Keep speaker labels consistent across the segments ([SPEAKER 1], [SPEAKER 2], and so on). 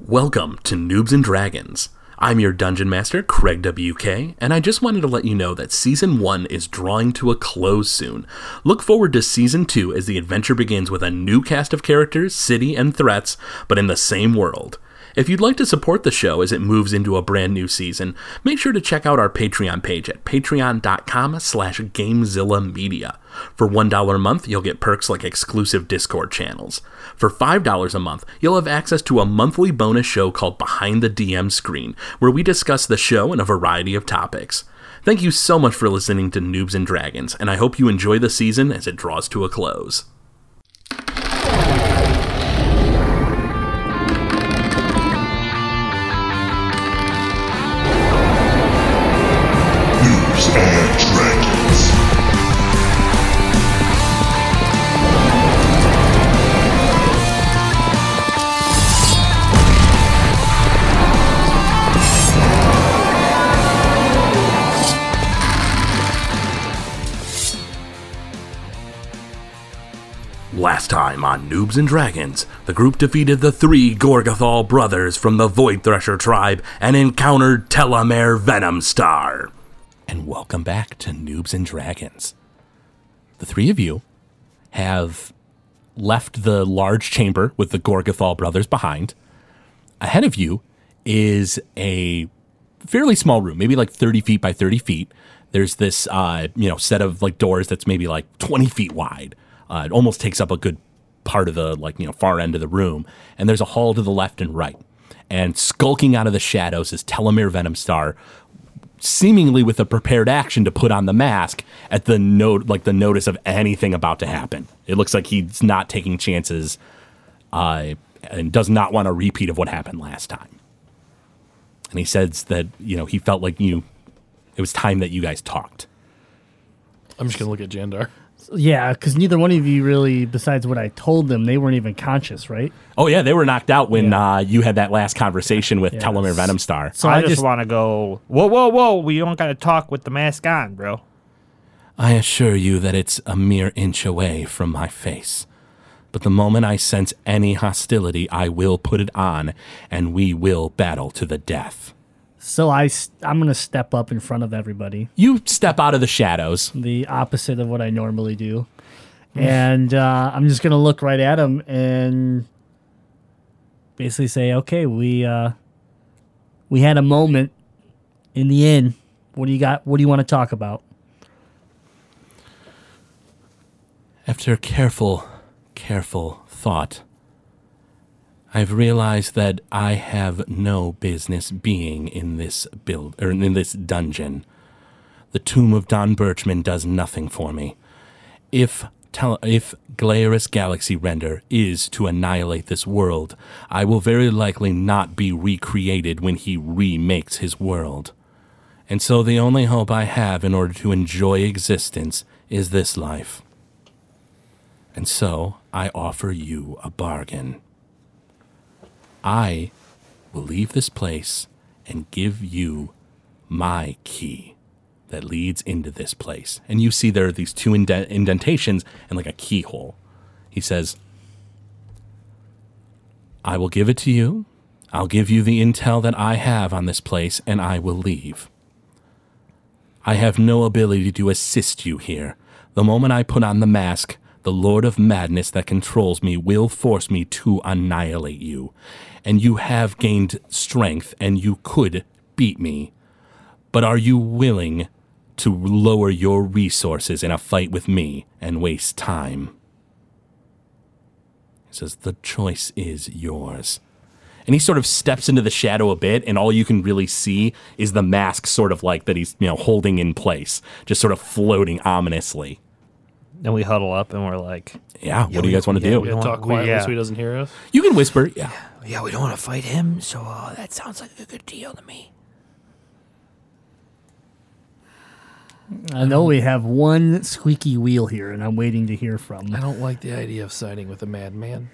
[SPEAKER 1] Welcome to Noobs and Dragons. I'm your dungeon master, Craig WK, and I just wanted to let you know that season 1 is drawing to a close soon. Look forward to season 2 as the adventure begins with a new cast of characters, city, and threats, but in the same world. If you'd like to support the show as it moves into a brand new season, make sure to check out our Patreon page at patreon.com slash Gamezilla Media. For $1 a month, you'll get perks like exclusive Discord channels. For $5 a month, you'll have access to a monthly bonus show called Behind the DM Screen, where we discuss the show and a variety of topics. Thank you so much for listening to Noobs and Dragons, and I hope you enjoy the season as it draws to a close.
[SPEAKER 2] Noobs and Dragons.
[SPEAKER 1] Last time on Noobs and Dragons, the group defeated the three Gorgothal brothers from the Void Thresher tribe and encountered Telomere Venomstar. And welcome back to Noobs and Dragons. The three of you have left the large chamber with the Gorgothal brothers behind. Ahead of you is a fairly small room, maybe like 30 feet by 30 feet. There's this, uh, you know, set of like doors that's maybe like 20 feet wide. Uh, it almost takes up a good part of the like, you know, far end of the room. And there's a hall to the left and right. And skulking out of the shadows is Telomere Venomstar, seemingly with a prepared action to put on the mask at the note, like the notice of anything about to happen. It looks like he's not taking chances, uh, and does not want a repeat of what happened last time and he says that you know he felt like you it was time that you guys talked
[SPEAKER 3] I'm just gonna look at Jandar.
[SPEAKER 4] Yeah, because neither one of you really, besides what I told them, they weren't even conscious, right?
[SPEAKER 1] oh yeah they were knocked out when uh, you had that last conversation with telomere venomstar
[SPEAKER 4] So
[SPEAKER 5] I, just, want to go. Whoa, whoa, whoa! We don't got to talk with the mask on, bro.
[SPEAKER 1] i assure you that it's a mere inch away from my face but the moment i sense any hostility i will put it on and we will battle to the death
[SPEAKER 4] so I, s- I'm gonna step up in front of everybody,
[SPEAKER 1] you step out of the shadows
[SPEAKER 4] the opposite of what I normally do,
[SPEAKER 5] Mm.
[SPEAKER 4] and uh, I'm just gonna look right at him and basically say, "Okay, we uh, we had a moment in the inn. What do you got? What do you want to talk about?"
[SPEAKER 1] After careful, careful thought, I've realized that I have no business being in this build or in this dungeon. The tomb of Don Birchman does nothing for me. If tell if Glarus Galaxy Render is to annihilate this world, I will very likely not be recreated when he remakes his world. And so the only hope I have in order to enjoy existence is this life. And so I offer you a bargain. I will leave this place and give you my key that leads into this place. And you see there are these two indent- indentations and like a keyhole. He says, I will give it to you. I'll give you the intel that I have on this place, and I will leave. I have no ability to assist you here. The moment I put on the mask, the Lord of Madness that controls me will force me to annihilate you. And you have gained strength, and you could beat me. But are you willing to lower your resources in a fight with me and waste time? He says, The choice is yours and he sort of steps into the shadow a bit and all you can really see is the mask sort of like that he's you know holding in place just sort of floating ominously
[SPEAKER 5] Then we huddle up and we're like,
[SPEAKER 1] yeah, what do you guys want to do
[SPEAKER 3] We
[SPEAKER 5] don't-
[SPEAKER 3] talk
[SPEAKER 5] we-
[SPEAKER 3] quietly
[SPEAKER 5] yeah.
[SPEAKER 3] so he doesn't hear us.
[SPEAKER 1] you can whisper yeah
[SPEAKER 5] "Yeah, we don't want to fight him, so uh, that sounds like a good deal to me."
[SPEAKER 4] I
[SPEAKER 5] Uh-huh.
[SPEAKER 4] know we have one squeaky wheel here, and I'm waiting to hear from.
[SPEAKER 3] I don't like the idea of siding with a madman.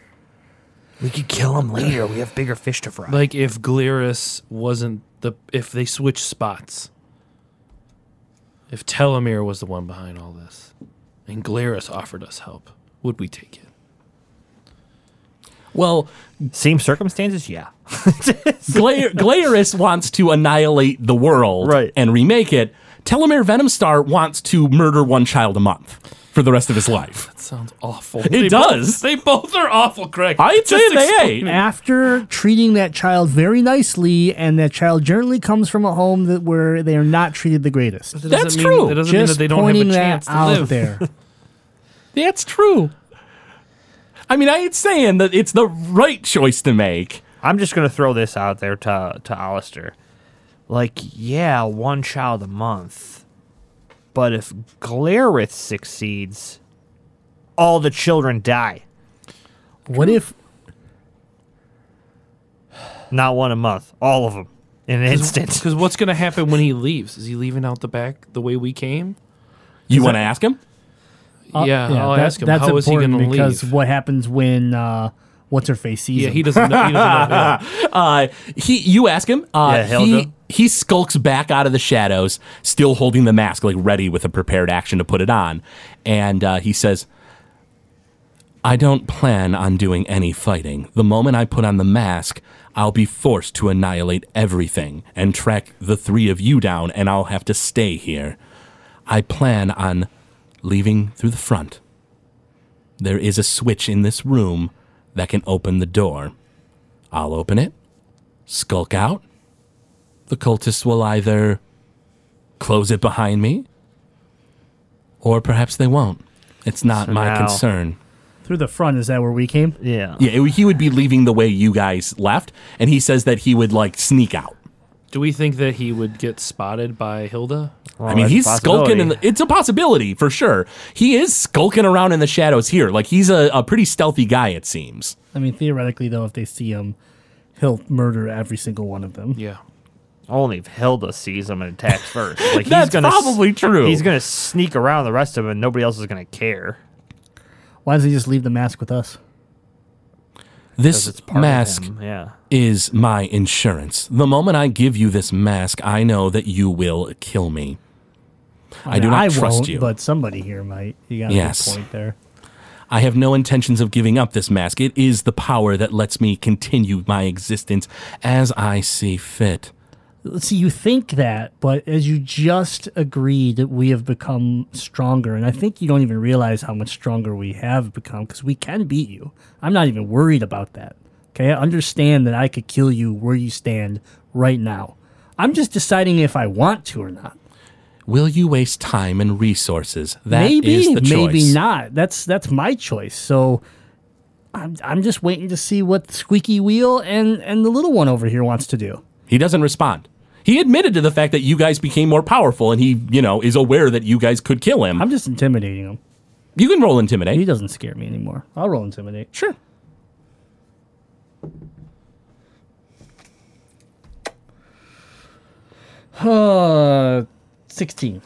[SPEAKER 5] We could kill him later. We have bigger fish to fry.
[SPEAKER 3] Like if Glarus wasn't the if they switched spots. If Telomere was the one behind all this, and Glarus offered us help, would we take it?
[SPEAKER 1] well
[SPEAKER 5] Same circumstances, yeah.
[SPEAKER 1] Gla- Glaurus wants to annihilate the world
[SPEAKER 5] Right.
[SPEAKER 1] and remake it. Telomere Venomstar wants to murder one child a month for the rest of his life.
[SPEAKER 3] Sounds awful.
[SPEAKER 1] It does.
[SPEAKER 3] they both are awful, Craig.
[SPEAKER 1] I'd
[SPEAKER 3] Just
[SPEAKER 1] say they
[SPEAKER 3] explain
[SPEAKER 1] ain't.
[SPEAKER 3] it.
[SPEAKER 4] After treating that child very nicely, and that child generally comes from a home that where they are not treated the greatest.
[SPEAKER 3] That doesn't
[SPEAKER 1] That's
[SPEAKER 3] mean-
[SPEAKER 1] true.
[SPEAKER 3] That doesn't mean
[SPEAKER 4] Just
[SPEAKER 3] that they don't have
[SPEAKER 4] pointing
[SPEAKER 3] a
[SPEAKER 4] that
[SPEAKER 3] chance to
[SPEAKER 4] out
[SPEAKER 3] live.
[SPEAKER 4] there.
[SPEAKER 1] That's true. I mean, I ain't saying that it's the right choice to make.
[SPEAKER 5] I'm just gonna throw this out there to to Alistair. Like, yeah, one child a month. But if Glareth succeeds, all the children die.
[SPEAKER 4] what if
[SPEAKER 5] Not one a month. All of them. In an instant.
[SPEAKER 3] Because what's going to happen when he leaves? Is he leaving out the back the way we came?
[SPEAKER 1] You want to ask him?
[SPEAKER 4] Uh,
[SPEAKER 3] yeah, I'll
[SPEAKER 4] that-
[SPEAKER 3] ask him.
[SPEAKER 4] That's
[SPEAKER 3] How is he going
[SPEAKER 4] important
[SPEAKER 3] to
[SPEAKER 4] because
[SPEAKER 3] leave?
[SPEAKER 4] what happens when uh, what's her face sees
[SPEAKER 3] Yeah,
[SPEAKER 4] him?
[SPEAKER 3] he doesn't know. He doesn't know. yeah.
[SPEAKER 1] Uh, he, you ask him. Uh,
[SPEAKER 5] Yeah, he'll
[SPEAKER 1] he,
[SPEAKER 5] do.
[SPEAKER 1] he skulks back out of the shadows, still holding the mask, like ready with a prepared action to put it on. And uh, he says, I don't plan on doing any fighting. The moment I put on the mask, I'll be forced to annihilate everything and track the three of you down, and I'll have to stay here. I plan on leaving through the front. There is a switch in this room that can open the door. I'll open it, skulk out. The cultists will either close it behind me, or perhaps they won't. It's not
[SPEAKER 5] So
[SPEAKER 1] my
[SPEAKER 5] now-
[SPEAKER 1] concern.
[SPEAKER 4] Through the front, is that where we came?
[SPEAKER 5] yeah.
[SPEAKER 1] Yeah, it- he would be leaving the way you guys left, and he says that he would like sneak out.
[SPEAKER 3] Do we think that he would get spotted by Hilda?
[SPEAKER 5] Well,
[SPEAKER 1] I mean,
[SPEAKER 5] Oh, that's
[SPEAKER 1] he's
[SPEAKER 5] a
[SPEAKER 1] skulking. In the,
[SPEAKER 5] possibility.
[SPEAKER 1] it's a possibility for sure. He is skulking around in the shadows here. Like he's a, a pretty stealthy guy, it seems.
[SPEAKER 4] I mean, theoretically, though, if they see him, he'll murder every single one of them.
[SPEAKER 3] Yeah.
[SPEAKER 5] Only if Hilda sees him and attacks first. Like
[SPEAKER 1] That's
[SPEAKER 5] he's gonna s-
[SPEAKER 1] probably true.
[SPEAKER 5] He's gonna sneak around the rest of them and nobody else is gonna care.
[SPEAKER 4] Why does he just leave the mask with us?
[SPEAKER 5] Because
[SPEAKER 1] This
[SPEAKER 5] it's part
[SPEAKER 1] mask
[SPEAKER 5] of him. Yeah.
[SPEAKER 1] is my insurance. The moment I give you this mask, I know that you will kill me. I, do
[SPEAKER 4] mean,
[SPEAKER 1] not
[SPEAKER 4] I
[SPEAKER 1] trust
[SPEAKER 4] won't,
[SPEAKER 1] you.
[SPEAKER 4] but somebody here might. You got a
[SPEAKER 1] Yes.
[SPEAKER 4] good point there.
[SPEAKER 1] I have no intentions of giving up this mask. It is the power that lets me continue my existence as I see fit.
[SPEAKER 4] See, you think that, but as you just agreed, we have become stronger, and I think you don't even realize how much stronger we have become because we can beat you. I'm not even worried about that. Okay, I understand that I could kill you where you stand right now. I'm just deciding if I want to or not.
[SPEAKER 1] Will you waste time and resources? That is
[SPEAKER 4] maybe,
[SPEAKER 1] the choice.
[SPEAKER 4] maybe not. That's that's my choice. So. I'm, I'm just waiting to see what Squeaky Wheel and, and the little one over here wants to do.
[SPEAKER 1] He doesn't respond. He admitted to the fact that you guys became more powerful, and he, you know, is aware that you guys could kill him.
[SPEAKER 4] I'm just intimidating him.
[SPEAKER 1] you can roll intimidate.
[SPEAKER 4] He doesn't scare me anymore. I'll roll intimidate.
[SPEAKER 1] sure.
[SPEAKER 4] Uh, 16.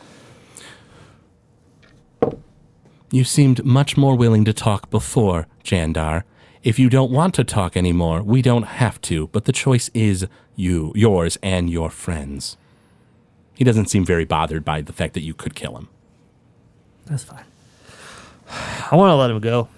[SPEAKER 1] You seemed much more willing to talk before, Jandar. If you don't want to talk anymore, we don't have to, but the choice is you, yours, and your friends. He doesn't seem very bothered by the fact that you could kill him.
[SPEAKER 4] That's fine.
[SPEAKER 5] I want to let him go.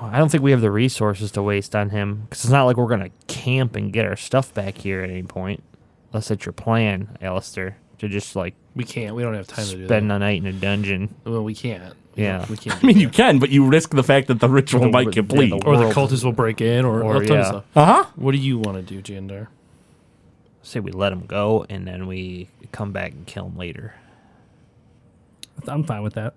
[SPEAKER 5] I don't think we have the resources to waste on him because it's not like we're gonna camp and get our stuff back here at any point, unless that's your plan, Alistair, to just like
[SPEAKER 3] We can't. We don't have time to do
[SPEAKER 5] spend the night in a dungeon.
[SPEAKER 3] that. Well, we can't. We
[SPEAKER 5] Yeah.
[SPEAKER 3] don't- We can't.
[SPEAKER 1] I mean, you can, but you risk the fact that the ritual
[SPEAKER 5] The-
[SPEAKER 1] might
[SPEAKER 5] yeah, the
[SPEAKER 1] complete.
[SPEAKER 5] world.
[SPEAKER 3] or the
[SPEAKER 5] world.
[SPEAKER 3] cultists will break in or, a
[SPEAKER 5] Or,
[SPEAKER 3] ton of
[SPEAKER 5] yeah.
[SPEAKER 3] stuff.
[SPEAKER 1] Uh huh.
[SPEAKER 3] What do you want to do, Jandar?
[SPEAKER 5] Say we let him go and then we come back and kill him later.
[SPEAKER 4] I'm fine with that.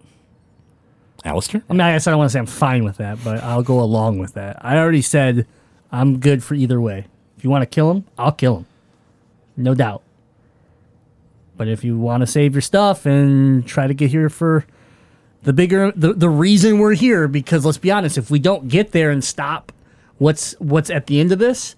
[SPEAKER 1] Alistair?
[SPEAKER 4] I mean, I guess I don't want to say I'm fine with that, but I'll go along with that. I already said I'm good for either way. If you want to kill him, I'll kill him. No doubt. But if you want to save your stuff and try to get here for the bigger the, the reason we're here because let's be honest, if we don't get there and stop what's what's at the end of this,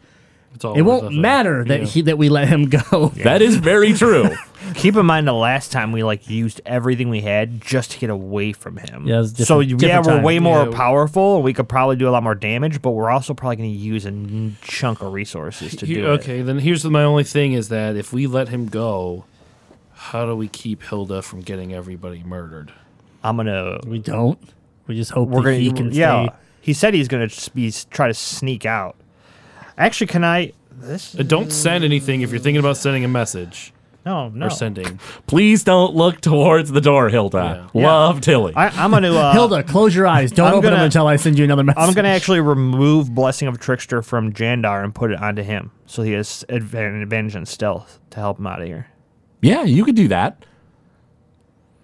[SPEAKER 3] It's all
[SPEAKER 4] it
[SPEAKER 3] over
[SPEAKER 4] won't
[SPEAKER 3] the-
[SPEAKER 4] matter that
[SPEAKER 3] Yeah.
[SPEAKER 4] he that we let him go.
[SPEAKER 1] That is very true.
[SPEAKER 5] Keep in mind the last time we like used everything we had just to get away from him.
[SPEAKER 4] Yeah, it was a
[SPEAKER 5] so
[SPEAKER 4] different-
[SPEAKER 5] yeah,
[SPEAKER 4] different
[SPEAKER 5] we're
[SPEAKER 4] time.
[SPEAKER 5] way more
[SPEAKER 3] Yeah.
[SPEAKER 5] powerful. We could probably do a lot more damage, but we're also probably going to use a n- chunk of resources to
[SPEAKER 3] Here-
[SPEAKER 5] do it.
[SPEAKER 3] okay, then here's my only thing is that if we let him go, how do we keep Hilda from getting everybody murdered?
[SPEAKER 5] I'm gonna
[SPEAKER 4] We don't. We just hope
[SPEAKER 5] we're
[SPEAKER 4] that
[SPEAKER 5] gonna
[SPEAKER 4] he can
[SPEAKER 5] yeah.
[SPEAKER 4] stay.
[SPEAKER 5] He said he's gonna s- be s- try to sneak out. Actually, can I This
[SPEAKER 3] Uh, Don't send anything if you're thinking about sending a message
[SPEAKER 5] no no.
[SPEAKER 3] or sending.
[SPEAKER 1] Please don't look towards the door, Hilda.
[SPEAKER 5] Yeah.
[SPEAKER 1] Love Tilly.
[SPEAKER 5] I, I'm gonna uh,
[SPEAKER 4] Hilda, close your eyes. Don't
[SPEAKER 5] I'm
[SPEAKER 4] open them
[SPEAKER 5] gonna-
[SPEAKER 4] until I send you another message.
[SPEAKER 5] I'm gonna actually remove Blessing of Trickster from Jandar and put it onto him, so he has advan- advantage in stealth to help him out of here.
[SPEAKER 1] yeah, you could do that.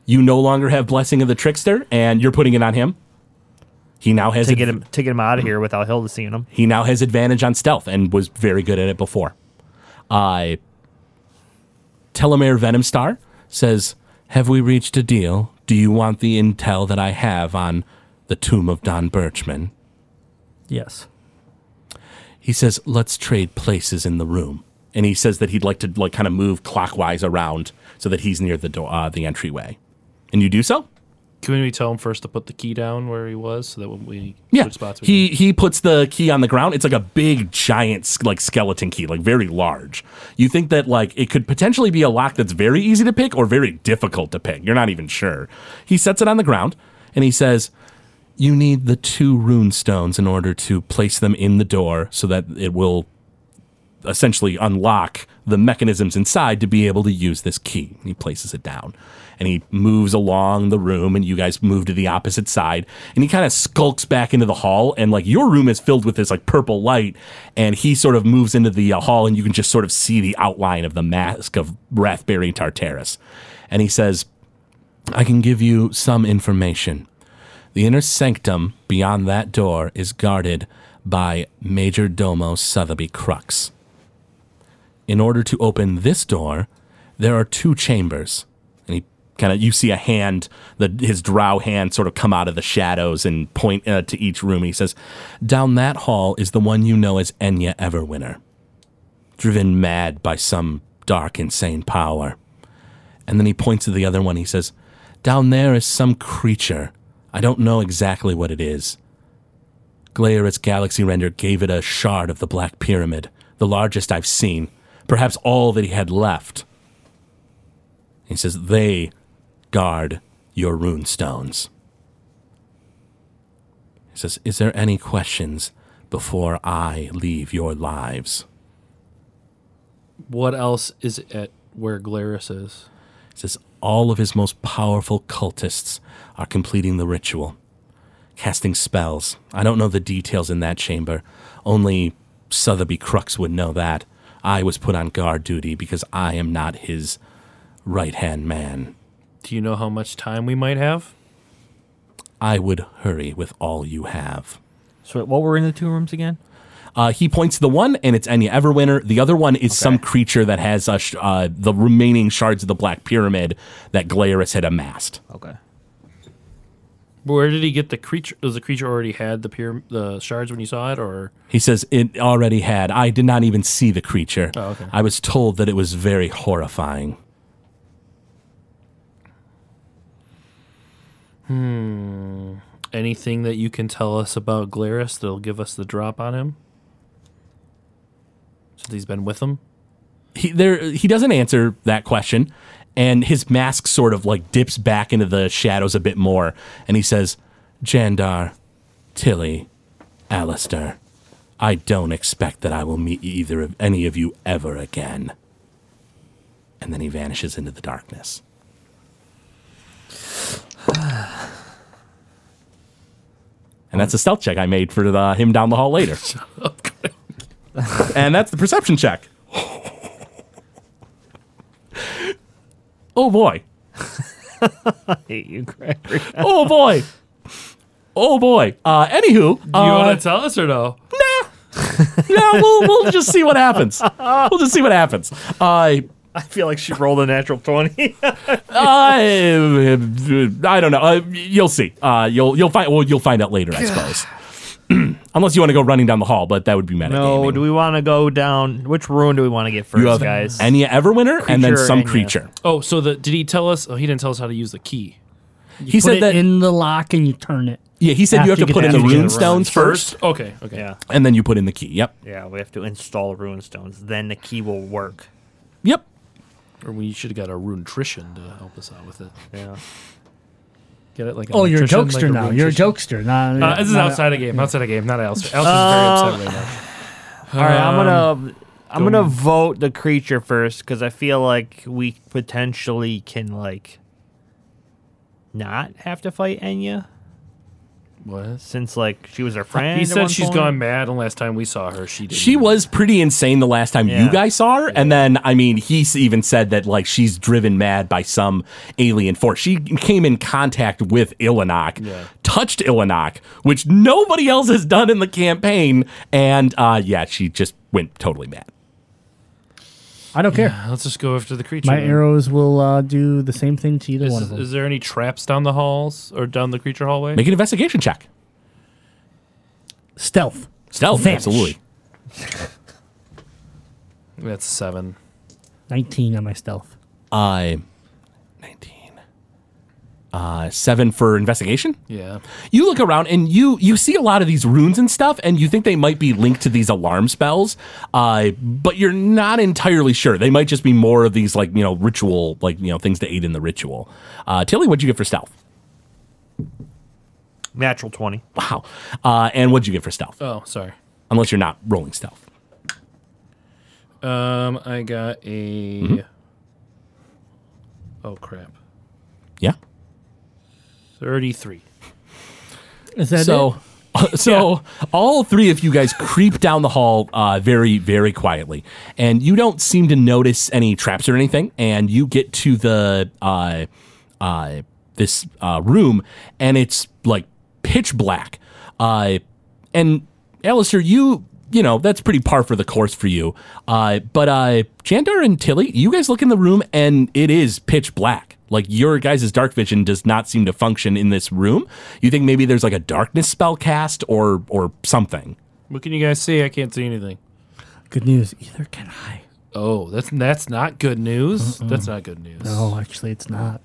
[SPEAKER 1] You no longer have Blessing of the Trickster, and you're putting it on him. He now has
[SPEAKER 5] To
[SPEAKER 1] adv-
[SPEAKER 5] get him to get him out of here without Hilda seeing him.
[SPEAKER 1] he now has advantage on stealth and was very good at it before. I Telomere Venomstar says, "Have we reached a deal? Do you want the intel that I have on the tomb of Don Birchman?"
[SPEAKER 4] yes.
[SPEAKER 1] He says, "Let's trade places in the room." And he says that he'd like to like kind of move clockwise around so that he's near the door, uh, the entryway. And you do so.
[SPEAKER 3] Can we tell him first to put the key down where he was so that when we
[SPEAKER 1] Yeah,
[SPEAKER 3] switch spots? We
[SPEAKER 1] he he puts the key on the ground. It's like a big, giant, s- like skeleton key, like very large. You think that like it could potentially be a lock that's very easy to pick or very difficult to pick. You're not even sure. He sets it on the ground and he says, "You need the two rune stones in order to place them in the door, so that it will essentially unlock the mechanisms inside to be able to use this key. He places it down and he moves along the room, and you guys move to the opposite side. And he kind of skulks back into the hall, and like your room is filled with this like purple light, and he sort of moves into the uh, hall, and you can just sort of see the outline of the mask of Rathbury Tartarus. And he says, I can give you some information. The inner sanctum beyond that door is guarded by Major Domo Sotheby Crux. In order to open this door, there are two chambers. And he kind of you see a hand, the, his drow hand, sort of come out of the shadows and point uh, to each room. And he says, "Down that hall is the one you know as Enya Everwinter, driven mad by some dark, insane power." And then he points to the other one. He says, Down there is some creature. I don't know exactly what it is. Glaerit's galaxy render gave it a shard of the Black Pyramid, the largest I've seen, perhaps all that he had left. He says, They guard your rune stones. He says, Is there any questions before I leave your lives?
[SPEAKER 3] what else is at where Glarus is?
[SPEAKER 1] says all of his most powerful cultists are completing the ritual, casting spells. I don't know the details in that chamber. Only Sotheby Crux would know that. I was put on guard duty because I am not his right hand man.
[SPEAKER 3] Do you know how much time we might have?
[SPEAKER 1] I would hurry with all you have.
[SPEAKER 5] So what were in the two rooms again?
[SPEAKER 1] Uh, he points to the one, and it's Enya Everwinter. The other one is some creature that has uh, sh- uh, the remaining shards of the Black Pyramid that Glaris had amassed.
[SPEAKER 5] Okay.
[SPEAKER 3] Where did he get the creature? Does the creature already had the pyram- the shards when you saw it, or
[SPEAKER 1] He says it already had. I did not even see the creature.
[SPEAKER 3] Oh, okay.
[SPEAKER 1] I was told that it was very horrifying.
[SPEAKER 3] anything that you can tell us about Glarus that'll give us the drop on him? Since he's been with him,
[SPEAKER 1] He there he doesn't answer that question, and his mask sort of like dips back into the shadows a bit more, and he says, "Jandar, Tilly, Alistair, I don't expect that I will meet either of any of you ever again." And then he vanishes into the darkness. And that's a stealth check I made for the, uh, him down the hall later. and that's the perception check. Oh boy.
[SPEAKER 5] Hate you, Gregory.
[SPEAKER 1] Oh boy. Oh boy. Uh, anywho,
[SPEAKER 3] do you
[SPEAKER 1] uh,
[SPEAKER 3] want to tell us or no?
[SPEAKER 1] yeah, we'll, we'll just see what happens. We'll just see what happens. Uh,
[SPEAKER 5] I feel like she rolled a natural twenty.
[SPEAKER 1] I, I don't know. Uh, you'll see. Uh, you'll you'll find well, you'll find out later, I suppose. Unless you want to go running down the hall, but that would be meta.
[SPEAKER 5] no, do we want to go down? Which ruin do we want to get first,
[SPEAKER 1] you have
[SPEAKER 5] guys?
[SPEAKER 1] Enya Everwinter and then
[SPEAKER 5] Creature
[SPEAKER 1] some
[SPEAKER 5] Enya.
[SPEAKER 1] creature.
[SPEAKER 3] Oh, so the did he tell us? Oh, he didn't tell us how to use the key.
[SPEAKER 1] He
[SPEAKER 4] Put
[SPEAKER 1] said
[SPEAKER 4] it
[SPEAKER 1] that.
[SPEAKER 4] in the lock and you turn it.
[SPEAKER 1] yeah, he said you have
[SPEAKER 4] after
[SPEAKER 1] to
[SPEAKER 4] you
[SPEAKER 1] put
[SPEAKER 4] get
[SPEAKER 1] in
[SPEAKER 4] the
[SPEAKER 1] the
[SPEAKER 4] key.
[SPEAKER 1] rune stones first,
[SPEAKER 3] Okay, okay.
[SPEAKER 5] yeah,
[SPEAKER 1] and then you put in the key. Yep.
[SPEAKER 5] yeah. We have to install rune stones. Then the key will work.
[SPEAKER 1] Yep.
[SPEAKER 3] Or we should have got a nutrition to help us out with it.
[SPEAKER 5] Yeah.
[SPEAKER 3] Get it like.
[SPEAKER 4] Oh, you're a
[SPEAKER 3] nutrition,
[SPEAKER 4] jokester
[SPEAKER 3] like a
[SPEAKER 4] now. You're a
[SPEAKER 3] nutrition.
[SPEAKER 4] joker now.
[SPEAKER 3] Uh, this is outside of game. Outside of game, not Alistair. Alistair's very upset right now.
[SPEAKER 5] All right, I'm gonna. I'm gonna vote the creature first because I feel like we potentially can like not have to fight Enya
[SPEAKER 3] What?
[SPEAKER 5] since like she was our friend.
[SPEAKER 3] He
[SPEAKER 5] at
[SPEAKER 3] said
[SPEAKER 5] one
[SPEAKER 3] she's
[SPEAKER 5] point.
[SPEAKER 3] gone mad, and last time we saw her, she did
[SPEAKER 1] She was pretty insane the last time you
[SPEAKER 5] Mm. Yeah.
[SPEAKER 1] guys saw her, and then I mean, he s- even said that like she's driven mad by some alien force. She came in contact with Ilanok, touched Ilanok, which nobody else has done in the campaign, and uh, yeah, she just went totally mad.
[SPEAKER 4] I don't care.
[SPEAKER 3] Let's just go after the creature.
[SPEAKER 4] My
[SPEAKER 3] then.
[SPEAKER 4] arrows will uh, do the same thing to either
[SPEAKER 3] Is,
[SPEAKER 4] one of them.
[SPEAKER 3] is there any traps down the halls or down the creature hallway?
[SPEAKER 1] Make an investigation check.
[SPEAKER 4] Stealth.
[SPEAKER 1] Stealth,
[SPEAKER 4] Vanish.
[SPEAKER 1] absolutely.
[SPEAKER 3] That's a seven.
[SPEAKER 4] 19 on my stealth.
[SPEAKER 1] Uh, nineteen. Uh, seven for investigation.
[SPEAKER 3] Yeah.
[SPEAKER 1] you look around and you you see a lot of these runes and stuff and you think they might be linked to these alarm spells uh, but you're not entirely sure they might just be more of these like you know ritual like you know things to aid in the ritual uh, tilly what'd you get for stealth
[SPEAKER 5] Natural twenty.
[SPEAKER 1] wow uh, and what'd you get for stealth
[SPEAKER 3] Oh, sorry.
[SPEAKER 1] unless you're not rolling stealth
[SPEAKER 3] Um, I got a.
[SPEAKER 1] Mm-hmm.
[SPEAKER 3] Oh crap!
[SPEAKER 1] yeah
[SPEAKER 3] Thirty-three.
[SPEAKER 4] Is that
[SPEAKER 1] so uh, so all three of you guys creep down the hall uh, very very quietly and you don't seem to notice any traps or anything and you get to the uh, uh, this uh, room and it's like pitch black uh, and Alistair, you you know that's pretty par for the course for you uh, but uh, Jandar and Tilly you guys look in the room and it is pitch black like your guys' dark vision does not seem to function in this room. You think maybe there's like a darkness spell cast or or something.
[SPEAKER 3] What can you guys see? I can't see anything.
[SPEAKER 4] it? Good news. Either can I.
[SPEAKER 3] Oh, that's that's not good
[SPEAKER 1] Uh-uh.
[SPEAKER 3] news. That's not good news.
[SPEAKER 4] No, actually, it's not.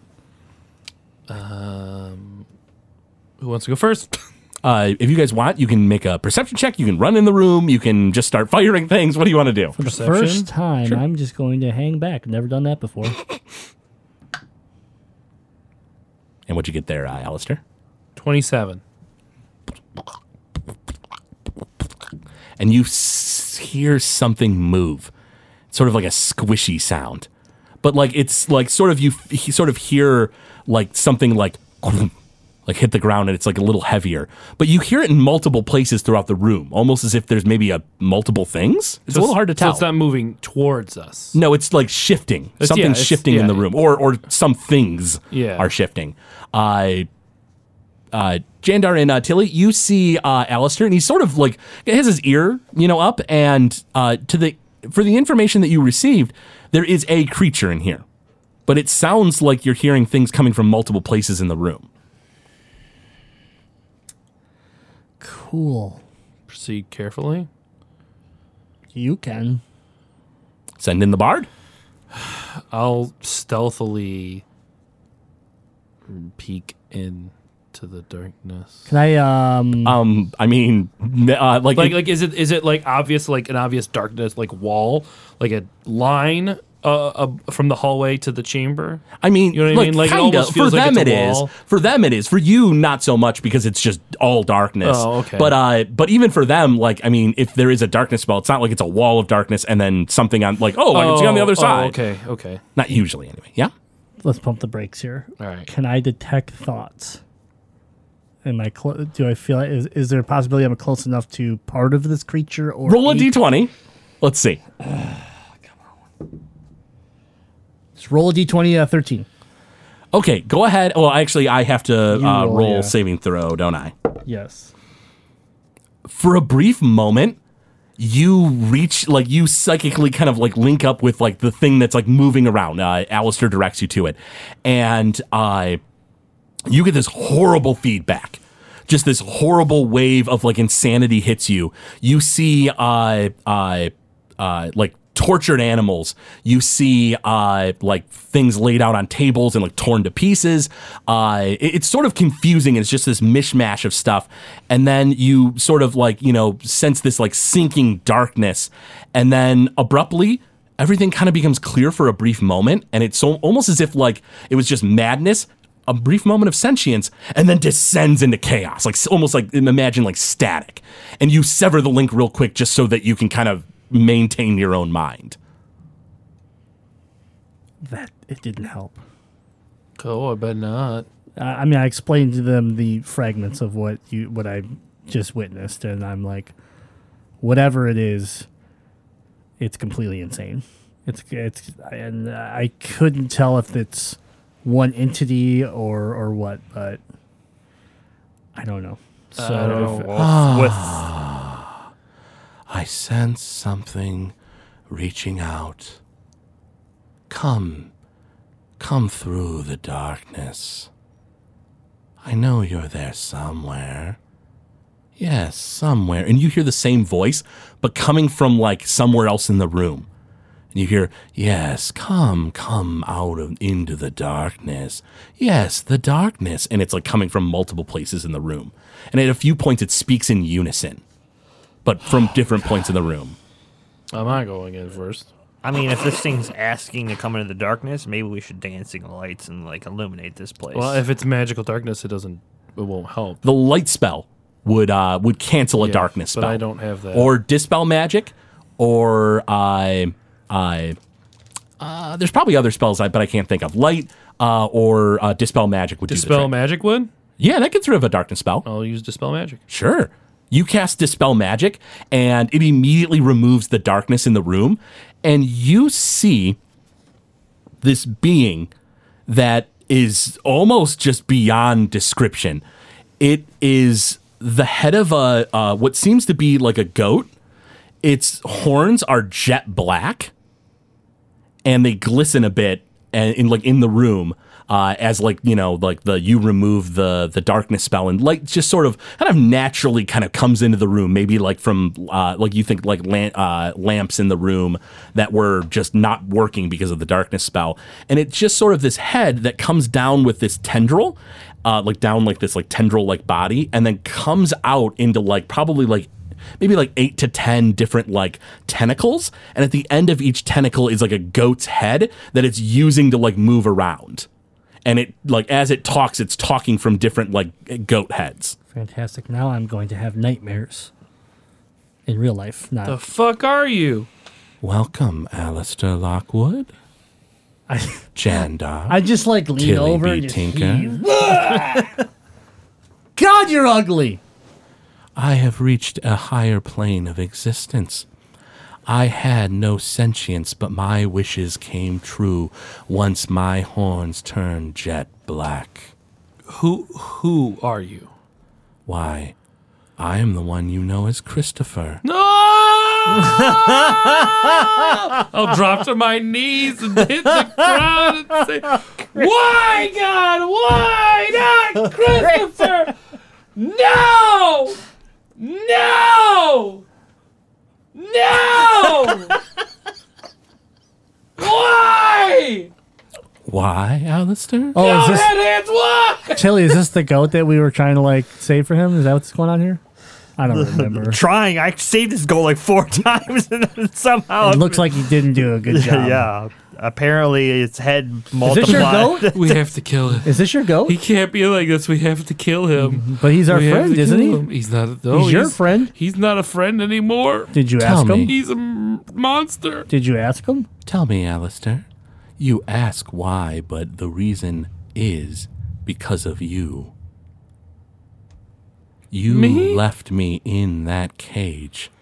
[SPEAKER 3] Who wants to go first?
[SPEAKER 1] Uh, if you guys want, you can make a perception check. You can run in the room. You can just start firing things. What do you want to do?
[SPEAKER 4] For the
[SPEAKER 3] Perception?
[SPEAKER 4] first time, I'm just going to hang back. Never done that before.
[SPEAKER 1] And what'd you get there, uh, Alistair?
[SPEAKER 3] Twenty-seven.
[SPEAKER 1] and you s- hear something move, sort of like a squishy sound. But like it's like sort of you, f- you sort of hear like something like like hit the ground and it's like a little heavier. But you hear it in multiple places throughout the room, almost as if there's maybe a multiple things. It's a little hard to
[SPEAKER 3] So
[SPEAKER 1] tell.
[SPEAKER 3] it's not moving towards us.
[SPEAKER 1] no, it's like shifting.
[SPEAKER 3] It's- yeah,
[SPEAKER 1] Something's
[SPEAKER 3] it's-
[SPEAKER 1] shifting in
[SPEAKER 3] yeah.
[SPEAKER 1] the room, or or some things
[SPEAKER 3] Yeah.
[SPEAKER 1] are shifting. I uh, Jandar and uh, Tilly, you see uh, Alistair, and he's sort of like has his ear, you know, up, and uh, to the for the information that you received, there is a creature in here, but it sounds like you're hearing things coming from multiple places in the room.
[SPEAKER 4] Cool.
[SPEAKER 3] Proceed carefully.
[SPEAKER 4] You can.
[SPEAKER 1] Send in the bard.
[SPEAKER 3] I'll stealthily peek into the darkness.
[SPEAKER 4] Can I? Um,
[SPEAKER 1] Um, I mean, uh, like,
[SPEAKER 3] Like, like, is it is it like obvious, like an obvious darkness, like wall, like a line uh, uh from the hallway to the chamber?
[SPEAKER 1] I mean,
[SPEAKER 3] You know what I
[SPEAKER 1] like,
[SPEAKER 3] mean? Like, it
[SPEAKER 1] kind of.
[SPEAKER 3] almost
[SPEAKER 1] For
[SPEAKER 3] feels like
[SPEAKER 1] them, it
[SPEAKER 3] it's
[SPEAKER 1] is.
[SPEAKER 3] a wall.
[SPEAKER 1] For them, it is. For you, not so much because it's just all darkness.
[SPEAKER 3] Oh, okay.
[SPEAKER 1] But uh, but even for them, like, I mean, if there is a darkness spell, it's not like it's a wall of darkness and then something on, like, oh, I can see on the other
[SPEAKER 3] Oh, oh,
[SPEAKER 1] side.
[SPEAKER 3] okay, okay.
[SPEAKER 1] Not usually, anyway. Yeah.
[SPEAKER 4] let's pump the brakes here.
[SPEAKER 3] All right.
[SPEAKER 4] Can I detect thoughts? Am I clo- do I feel is, is there a possibility I'm close enough to part of this creature or
[SPEAKER 1] Roll a
[SPEAKER 4] eat-
[SPEAKER 1] d20. Let's see.
[SPEAKER 4] Just roll a d20 uh, 13.
[SPEAKER 1] Okay, go ahead. Well, actually, I have to
[SPEAKER 4] You
[SPEAKER 1] uh,
[SPEAKER 4] roll,
[SPEAKER 1] roll
[SPEAKER 4] yeah.
[SPEAKER 1] saving throw, don't I?
[SPEAKER 4] Yes.
[SPEAKER 1] for a brief moment you reach like you psychically kind of like link up with like the thing that's like moving around uh Alistair directs you to it and uh you get this horrible feedback just this horrible wave of like insanity hits you you see uh uh uh like tortured animals you see uh like things laid out on tables and like torn to pieces uh it- it's sort of confusing it's just this mishmash of stuff and then you sort of like you know sense this like sinking darkness and then abruptly everything kind of becomes clear for a brief moment and it's so, almost as if like it was just madness a brief moment of sentience and then descends into chaos like s- almost like imagine like static and you sever the link real quick just so that you can kind of maintain your own mind.
[SPEAKER 4] That it didn't help.
[SPEAKER 3] Oh, I bet not.
[SPEAKER 4] I I mean, I explained to them the fragments of what you what I just witnessed, and I'm like, whatever it is, it's completely insane. It's it's and I couldn't tell if it's one entity or or what, but I don't know. So
[SPEAKER 3] Uh, I don't
[SPEAKER 4] if-
[SPEAKER 3] know.
[SPEAKER 4] Ah.
[SPEAKER 5] with
[SPEAKER 1] I sense something reaching out. Come, come through the darkness. I know you're there somewhere. Yes, somewhere. And you hear the same voice, but coming from like somewhere else in the room. And you hear, yes, come, come out of, into the darkness. Yes, the darkness. And it's like coming from multiple places in the room. And at a few points, it speaks in unison but from
[SPEAKER 3] Oh,
[SPEAKER 1] different points in the room.
[SPEAKER 3] I'm not going in first.
[SPEAKER 5] I mean, if this thing's asking to come into the darkness, maybe we should dancing lights and like illuminate this place.
[SPEAKER 3] Well, if it's magical darkness, it doesn't. It won't help.
[SPEAKER 1] The light spell would uh, would cancel a
[SPEAKER 3] Yeah,
[SPEAKER 1] darkness
[SPEAKER 3] but
[SPEAKER 1] spell.
[SPEAKER 3] I don't have that.
[SPEAKER 1] Or dispel magic, or I I. Uh, there's probably other spells, I, but I can't think of. Light uh, or uh, dispel magic would do the
[SPEAKER 3] dispel
[SPEAKER 1] trick.
[SPEAKER 3] magic would.
[SPEAKER 1] yeah, that gets rid of a darkness spell.
[SPEAKER 3] I'll use dispel magic.
[SPEAKER 1] Sure. You cast Dispel Magic, and it immediately removes the darkness in the room. And you see this being that is almost just beyond description. It is the head of a uh, what seems to be like a goat. Its horns are jet black, and they glisten a bit, and in like in the room. Uh, as like you know, like the you remove the the darkness spell and light just sort of kind of naturally kind of comes into the room. Maybe like from uh, like you think like lan- uh, lamps in the room that were just not working because of the darkness spell, and it's just sort of this head that comes down with this tendril, uh, like down like this like tendril like body, and then comes out into like probably like maybe like eight to ten different like tentacles and at the end of each tentacle is like a goat's head that it's using to like move around and it like as it talks it's talking from different like goat heads
[SPEAKER 4] fantastic. Now I'm going to have nightmares in real life. Not
[SPEAKER 3] The fuck are you?
[SPEAKER 1] welcome alistair lockwood
[SPEAKER 4] I-
[SPEAKER 1] jandar
[SPEAKER 4] I just like lean
[SPEAKER 1] Tilly
[SPEAKER 4] over
[SPEAKER 1] B.
[SPEAKER 4] and just
[SPEAKER 1] Tinker.
[SPEAKER 4] heave. God, you're ugly.
[SPEAKER 1] I have reached a higher plane of existence. I had no sentience, but my wishes came true once my horns turned jet black.
[SPEAKER 3] Who who are you?
[SPEAKER 1] Why, I am the one you know as Christopher.
[SPEAKER 3] No! I'll Oh! drop to my knees and hit the ground and say, Why, God? Why not, Christopher? No! No! No! Why?
[SPEAKER 1] Why, Alistair?
[SPEAKER 4] Oh, is this
[SPEAKER 3] Redheads, why?
[SPEAKER 4] Tilly? Is this the goat that we were trying to like save for him? Is that what's going on here? I don't remember.
[SPEAKER 5] trying, I saved this goal like four times, and then somehow
[SPEAKER 4] It looks like he didn't do a good job.
[SPEAKER 5] yeah. Apparently, its head
[SPEAKER 4] Is this your
[SPEAKER 5] multiplied.
[SPEAKER 4] goat?
[SPEAKER 3] We have to kill him.
[SPEAKER 4] Is this your goat?
[SPEAKER 3] He can't be like this. We have to kill him.
[SPEAKER 4] But he's our
[SPEAKER 3] We have
[SPEAKER 4] friend,
[SPEAKER 3] to
[SPEAKER 4] isn't
[SPEAKER 3] kill
[SPEAKER 4] he?
[SPEAKER 3] him. He's not. No,
[SPEAKER 4] He's your friend.
[SPEAKER 3] He's not a friend anymore.
[SPEAKER 4] Did you
[SPEAKER 1] Tell
[SPEAKER 4] ask
[SPEAKER 1] me.
[SPEAKER 4] him?
[SPEAKER 3] He's a m- monster.
[SPEAKER 4] Did you ask him?
[SPEAKER 1] Tell me, Alistair. You ask why, but the reason is because of you. You
[SPEAKER 3] Me?
[SPEAKER 1] left me in that cage.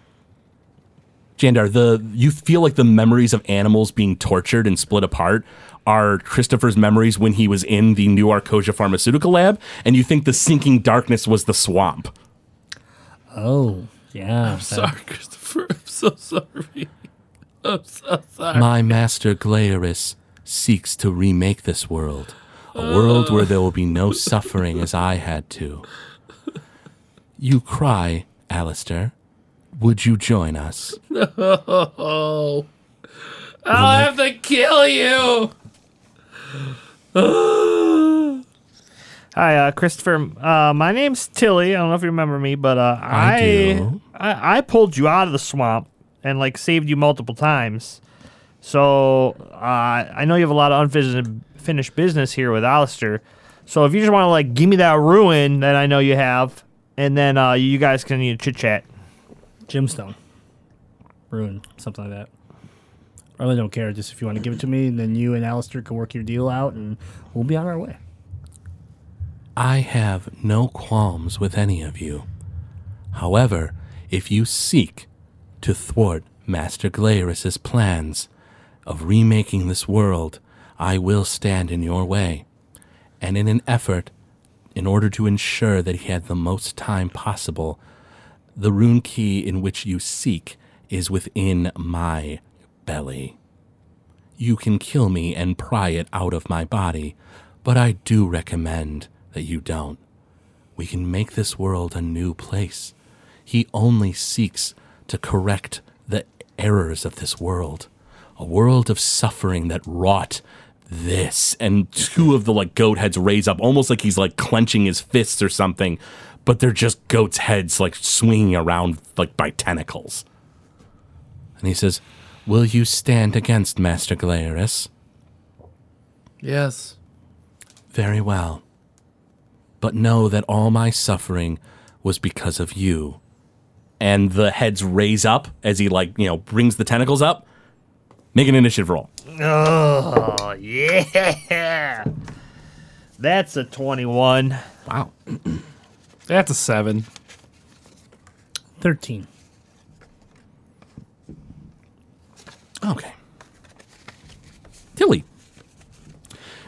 [SPEAKER 1] Jandar, the you feel like the memories of animals being tortured and split apart are Christopher's memories when he was in the new Arcosia pharmaceutical lab, and you think the sinking darkness was the swamp.
[SPEAKER 4] Oh, yeah.
[SPEAKER 3] Sorry, Christopher. I'm so sorry. I'm so sorry.
[SPEAKER 1] My master Glaeris seeks to remake this world, a world where there will be no suffering as I had to. You cry, Alistair. Would you join us?
[SPEAKER 3] Oh, I'll have to kill you.
[SPEAKER 5] Hi, uh, Christopher. Uh, my name's Tilly. I don't know if you remember me, but uh,
[SPEAKER 1] I
[SPEAKER 5] I,
[SPEAKER 1] do.
[SPEAKER 5] I I pulled you out of the swamp and like saved you multiple times. So uh, I know you have a lot of unfinished finished business here with Alistair. So if you just want to like give me that ruin that I know you have, and then uh, you guys can you know, chit chat.
[SPEAKER 4] Gemstone. ruin, something like that. I really don't care. Just if you want to give it to me, and then you and Alistair can work your deal out, and we'll be on our way.
[SPEAKER 1] I have no qualms with any of you. However, if you seek to thwart Master Glaris' plans of remaking this world, I will stand in your way. And in an effort, in order to ensure that he had the most time possible, the rune key in which you seek is within my belly. You can kill me and pry it out of my body, but I do recommend that you don't. We can make this world a new place. He only seeks to correct the errors of this world, a world of suffering that wrought this. And two of the like goat heads raise up, almost like he's like clenching his fists or something, but they're just goat's heads like swinging around like by tentacles. And he says, "Will you stand against Master Glaris?"
[SPEAKER 3] Yes.
[SPEAKER 1] Very well. But know that all my suffering was because of you. And the heads raise up as he, like, you know, brings the tentacles up. Make an initiative roll.
[SPEAKER 5] Oh, yeah. That's a 21.
[SPEAKER 1] Wow.
[SPEAKER 3] That's a seven.
[SPEAKER 4] Thirteen.
[SPEAKER 1] Okay. Tilly.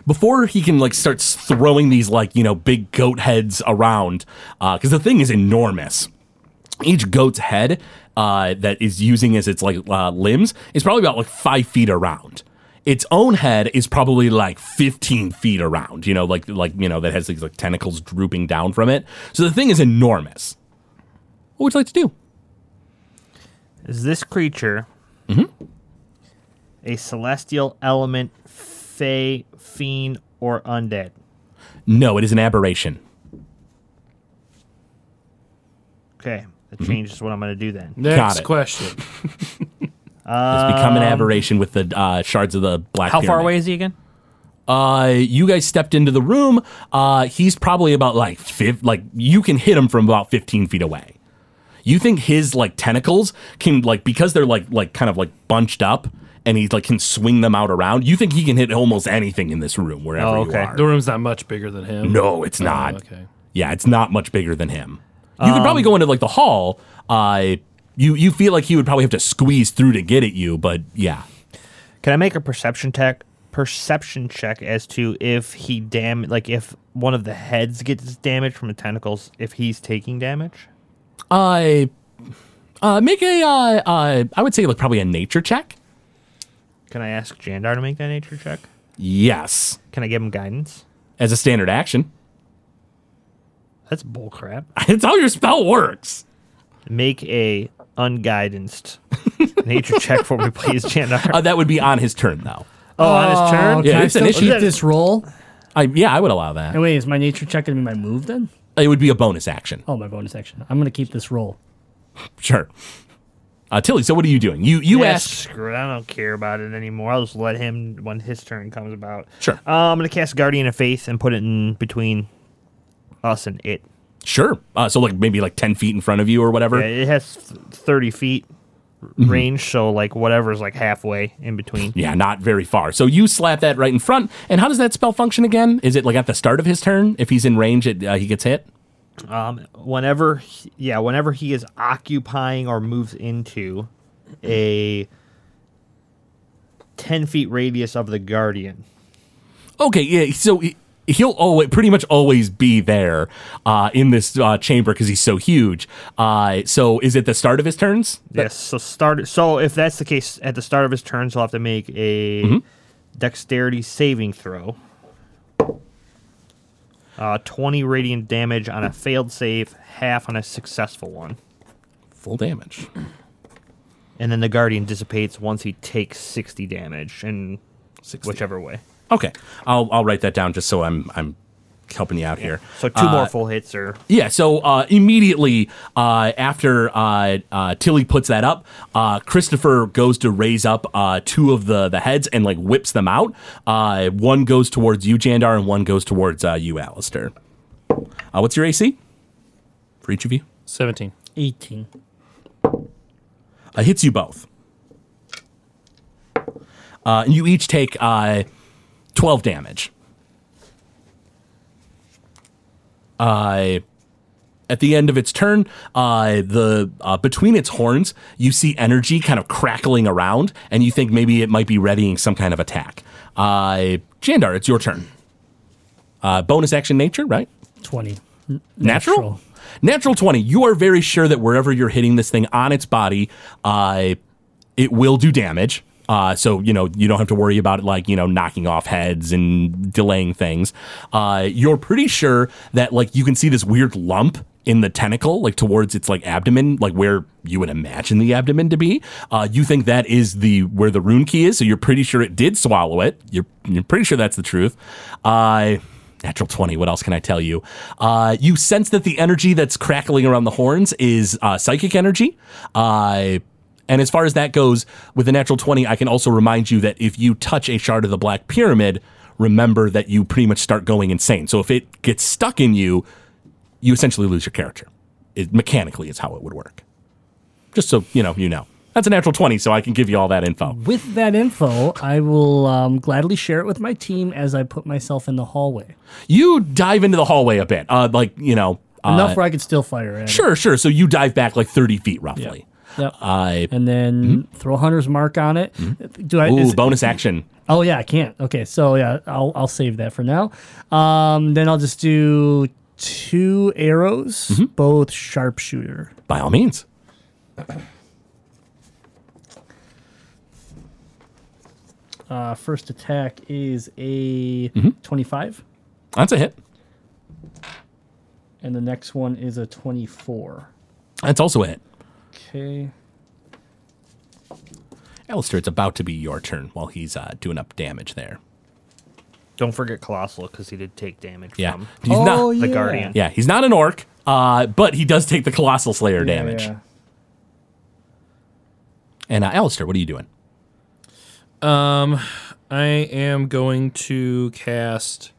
[SPEAKER 1] Before he can like starts throwing these like you know big goat heads around, because the thing is enormous. Each goat's head uh, that is using as its like uh, limbs is probably about like five feet around. Its own head is probably like fifteen feet around. You know, like like you know that has these like tentacles drooping down from it. So the thing is enormous. What would you like to do?
[SPEAKER 5] Is this creature a celestial element, fey, fiend, or undead?
[SPEAKER 1] No, it is an aberration.
[SPEAKER 5] Okay, that changes what I'm going to do then.
[SPEAKER 1] Got
[SPEAKER 3] Next
[SPEAKER 1] it.
[SPEAKER 3] question.
[SPEAKER 1] It's become an aberration with the uh, shards of the black.
[SPEAKER 5] Um, How far
[SPEAKER 1] Pyramid.
[SPEAKER 5] away is he again?
[SPEAKER 1] Uh, you guys stepped into the room. Uh, he's probably about like fif- like you can hit him from about fifteen feet away. You think his like tentacles can like because they're like like kind of like bunched up and he like can swing them out around. You think he can hit almost anything in this room wherever
[SPEAKER 5] Oh, okay.
[SPEAKER 1] you are.
[SPEAKER 3] the room's not much bigger than him.
[SPEAKER 1] No, it's
[SPEAKER 3] Oh,
[SPEAKER 1] not.
[SPEAKER 3] okay.
[SPEAKER 1] Yeah, it's not much bigger than him. You could probably
[SPEAKER 5] Um,
[SPEAKER 1] go into like the hall. Uh, you you feel like he would probably have to squeeze through to get at you, but yeah.
[SPEAKER 5] Can I make a perception check? Perception check as to if he dam like if one of the heads gets damaged from the tentacles, if he's taking damage.
[SPEAKER 1] I uh, make a uh, uh, I would say like probably a nature check.
[SPEAKER 5] Can I ask Jandar to make that nature check?
[SPEAKER 1] Yes,
[SPEAKER 5] Can I give him guidance?
[SPEAKER 1] as a standard action.
[SPEAKER 5] That's bullcrap.
[SPEAKER 1] It's how your spell works.
[SPEAKER 5] Make a unguidanced nature check for me, please, Jandar.
[SPEAKER 1] Uh, that would be on his turn though.
[SPEAKER 5] oh, on his turn.
[SPEAKER 1] Yeah,
[SPEAKER 4] Can I
[SPEAKER 1] it's an
[SPEAKER 4] still
[SPEAKER 1] issue.
[SPEAKER 4] keep this roll?
[SPEAKER 1] I yeah, I would allow that.
[SPEAKER 4] And wait, is my nature check gonna be my move then?
[SPEAKER 1] It would be a bonus action.
[SPEAKER 4] Oh, my bonus action. I'm gonna keep this roll.
[SPEAKER 1] Sure. Uh, Tilly, so what are you doing? You you
[SPEAKER 5] Yeah,
[SPEAKER 1] asked.
[SPEAKER 5] screw it. I don't care about it anymore. I'll just let him when his turn comes about.
[SPEAKER 1] Sure.
[SPEAKER 5] Uh, I'm gonna cast Guardian of Faith and put it in between us and it.
[SPEAKER 1] Sure. Uh, so like maybe like ten feet in front of you or whatever.
[SPEAKER 5] Yeah, it has th- 30 feet r- range, so like whatever's like halfway in between.
[SPEAKER 1] Mm-hmm. Yeah, not very far. So you slap that right in front. And how does that spell function again? Is it like at the start of his turn? If he's in range, it, uh, he gets hit.
[SPEAKER 5] Um, whenever, he- yeah, whenever he is occupying or moves into a 10 feet radius of the Guardian.
[SPEAKER 1] Okay, yeah. So he- he'll always pretty much always be there uh, in this uh, chamber because he's so huge. Uh, so is it the start of his turns?
[SPEAKER 5] Yes, so start. So if that's the case, at the start of his turn, he'll have to make a
[SPEAKER 1] Mm-hmm.
[SPEAKER 5] dexterity saving throw. Uh, 20 radiant damage on a failed save, half on a successful one.
[SPEAKER 1] Full damage.
[SPEAKER 5] and then the guardian dissipates once he takes 60 damage in whichever way
[SPEAKER 1] Okay, I'll I'll write that down just so I'm I'm helping you out here.
[SPEAKER 5] so two more
[SPEAKER 1] Uh,
[SPEAKER 5] full hits or
[SPEAKER 1] Yeah, so uh, immediately uh, after uh, uh, Tilly puts that up, uh, Christopher goes to raise up uh, two of the, the heads and like whips them out. Uh, one goes towards you, Jandar, and one goes towards uh, you, Alistair. Uh, what's your AC for each of you?
[SPEAKER 3] 17.
[SPEAKER 4] Eighteen.
[SPEAKER 1] Uh, hits you both. Uh, and you each take uh, 12 damage. Uh, at the end of its turn, uh, the uh, between its horns, you see energy kind of crackling around, and you think maybe it might be readying some kind of attack. Uh, Jandar, it's your turn. Uh, bonus action nature, right?
[SPEAKER 4] 20.
[SPEAKER 1] Natural? Natural.
[SPEAKER 4] Natural.
[SPEAKER 1] 20. You are very sure that wherever you're hitting this thing on its body, uh, it will do damage. Uh, so, you know, you don't have to worry about it, like, you know, knocking off heads and delaying things. Uh, you're pretty sure that, like, you can see this weird lump in the tentacle, like, towards its, like, abdomen, like, where you would imagine the abdomen to be. Uh, you think that is the, where the rune key is. So you're pretty sure it did swallow it. You're, you're pretty sure that's the truth. Uh, Natural 20. What else can I tell you? Uh, you sense that the energy that's crackling around the horns is uh, psychic energy. Uh, and as far as that goes, with the natural 20, I can also remind you that if you touch a shard of the Black Pyramid, remember that you pretty much start going insane. So if it gets stuck in you, you essentially lose your character. It, mechanically, is how it would work. Just so you know, you know. That's a natural 20, so I can give you all that info.
[SPEAKER 4] With that info, I will um, gladly share it with my team as I put myself in the hallway.
[SPEAKER 1] You dive into the hallway a bit. Uh, like, you know. uh,
[SPEAKER 4] Enough where I could still fire at it.
[SPEAKER 1] Sure, Uh, sure. So you dive back like 30 feet roughly.
[SPEAKER 4] Yep.
[SPEAKER 1] I
[SPEAKER 4] and then throw Hunter's Mark on it. Do I?
[SPEAKER 1] mm-hmm. ooh,
[SPEAKER 4] is-
[SPEAKER 1] bonus action.
[SPEAKER 4] oh, yeah, I can't. Okay, so yeah, I'll, I'll save that for now. Um, then I'll just do two arrows,
[SPEAKER 1] Mm-hmm.
[SPEAKER 4] both sharpshooter.
[SPEAKER 1] By all means.
[SPEAKER 4] Uh, first attack is a
[SPEAKER 1] Mm-hmm.
[SPEAKER 4] 25,
[SPEAKER 1] That's a hit.
[SPEAKER 4] and the next one is a 24.
[SPEAKER 1] That's also a hit.
[SPEAKER 4] Okay.
[SPEAKER 1] Alistair, it's about to be your turn while he's uh, doing up damage there.
[SPEAKER 5] Don't forget Colossal because he did take damage
[SPEAKER 1] Yeah.
[SPEAKER 5] from
[SPEAKER 1] He's
[SPEAKER 4] Oh,
[SPEAKER 1] not
[SPEAKER 5] the
[SPEAKER 4] yeah.
[SPEAKER 5] Guardian.
[SPEAKER 1] Yeah, he's not an orc, uh, but he does take the colossal slayer damage.
[SPEAKER 4] Yeah.
[SPEAKER 1] And uh, Alistair, what are you doing?
[SPEAKER 3] Um, I am going to cast.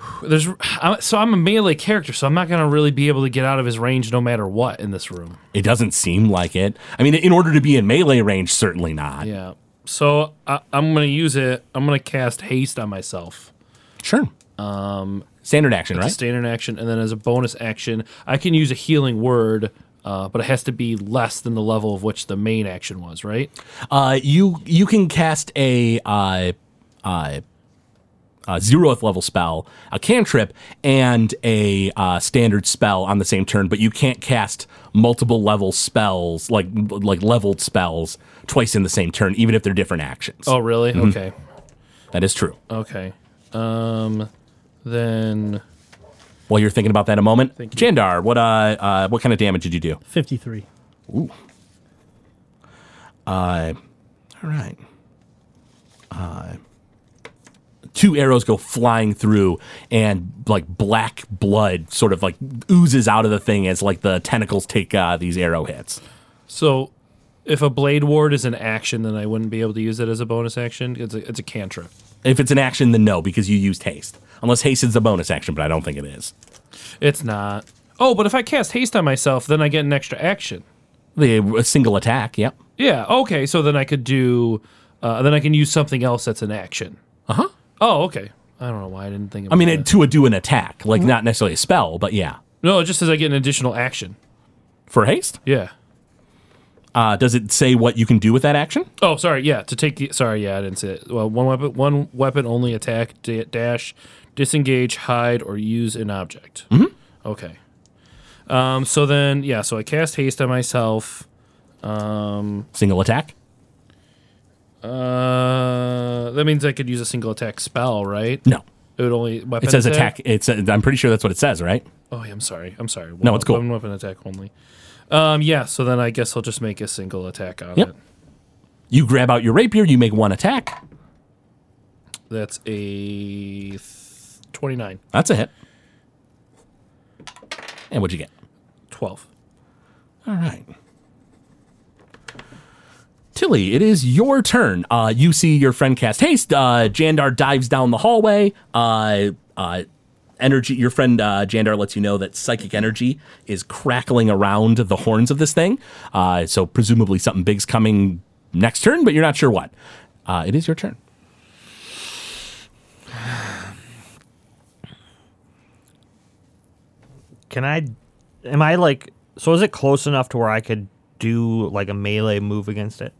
[SPEAKER 3] There's I- so I'm a melee character, so I'm not gonna really be able to get out of his range no matter what in this room.
[SPEAKER 1] It doesn't seem like it. I mean, in order to be in melee range, certainly not.
[SPEAKER 3] Yeah. So I, I'm gonna use it. I'm gonna cast haste on myself.
[SPEAKER 1] Sure. Um, Standard action,
[SPEAKER 3] It's a
[SPEAKER 1] right?
[SPEAKER 3] standard action, and then as a bonus action, I can use a healing word, uh, but it has to be less than the level of which the main action was, right?
[SPEAKER 1] Uh, you you can cast a uh, uh, uh, zeroth level spell, a cantrip, and a uh, standard spell on the same turn, but you can't cast multiple level spells like like leveled spells twice in the same turn, even if they're different actions.
[SPEAKER 3] Oh, really? Okay.
[SPEAKER 1] That is true.
[SPEAKER 3] Okay. Um, then
[SPEAKER 1] While you're thinking about that a moment, Jandar, what uh, uh what kind of damage did you do?
[SPEAKER 4] 53.
[SPEAKER 1] Uh, all right. Uh, two arrows go flying through, and like black blood sort of like oozes out of the thing as like the tentacles take uh, these arrow hits.
[SPEAKER 3] so. If a blade ward is an action, then I wouldn't be able to use it as a bonus action. It's a, it's a cantrip.
[SPEAKER 1] If it's an action, then no, because you used haste. Unless haste is a bonus action, but I don't think it is.
[SPEAKER 3] It's not. Oh, but if I cast haste on myself, then I get an extra action.
[SPEAKER 1] The a single attack, yep.
[SPEAKER 3] Yeah. Okay. So then I could do. Uh, then I can use something else that's an action. Uh
[SPEAKER 1] Uh-huh.
[SPEAKER 3] Oh, okay. I don't know why I didn't think. About
[SPEAKER 1] I mean,
[SPEAKER 3] that.
[SPEAKER 1] it, to a do an attack, like not necessarily a spell, but yeah.
[SPEAKER 3] no, it just says I get an additional action.
[SPEAKER 1] For haste,
[SPEAKER 3] Yeah.
[SPEAKER 1] uh, does it say what you can do with that action?
[SPEAKER 3] Oh, sorry. Yeah, to take the. Sorry, yeah, I didn't say it. Well, one weapon, one weapon only attack, da- dash, disengage, hide, or use an object. Mm-hmm. Okay. Um. So then, yeah. So I cast haste on myself.
[SPEAKER 1] Single attack.
[SPEAKER 3] Uh, that means I could use a single attack spell, right?
[SPEAKER 1] No,
[SPEAKER 3] It would only weapon.
[SPEAKER 1] it says attack. It's. uh, I'm pretty sure that's what it says, right?
[SPEAKER 3] Oh, yeah, I'm sorry. I'm sorry.
[SPEAKER 1] No, it's cool.
[SPEAKER 3] One weapon attack only. Um. Yeah. So then I guess I'll just make a single attack on
[SPEAKER 1] Yep.
[SPEAKER 3] it.
[SPEAKER 1] You grab out your rapier, you make one attack.
[SPEAKER 3] That's a th- twenty-nine.
[SPEAKER 1] That's a hit. And what'd you get?
[SPEAKER 3] Twelve.
[SPEAKER 1] All right. Tilly, it is your turn. Uh, you see your friend cast haste. Uh, Jandar dives down the hallway. Uh, uh, energy. Your friend uh, Jandar lets you know that psychic energy is crackling around the horns of this thing. Uh, so presumably something big's coming next turn, but you're not sure what. Uh, it is your turn.
[SPEAKER 5] Can I? Am I like? So is it close enough to where I could do like a melee move against it?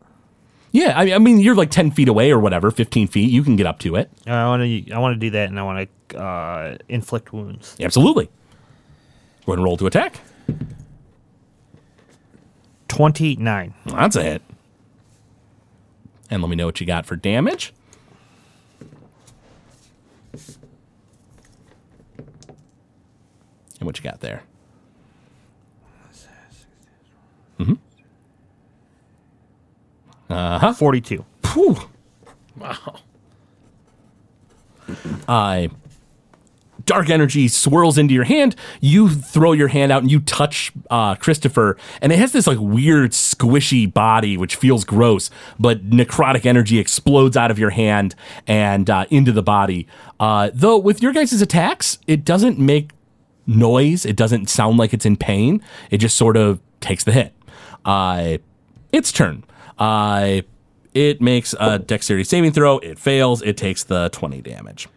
[SPEAKER 1] Yeah, I, I mean, you're like 10 feet away or whatever, 15 feet. You can get up to it.
[SPEAKER 5] Uh, I want to. I want to do that, and I want to uh, inflict wounds.
[SPEAKER 1] Absolutely. Go ahead and roll to attack.
[SPEAKER 5] Twenty nine.
[SPEAKER 1] That's a hit. And let me know what you got for damage. And what you got there.
[SPEAKER 5] Forty two.
[SPEAKER 1] Whew. Wow. I. Dark energy swirls into your hand. You throw your hand out and you touch uh, Christopher, and it has this like weird squishy body, which feels gross. But necrotic energy explodes out of your hand and uh, into the body. Uh, though with your guys' attacks, it doesn't make noise. It doesn't sound like it's in pain. It just sort of takes the hit. Uh, its turn. Uh, it makes a dexterity saving throw. It fails. It takes the 20 damage.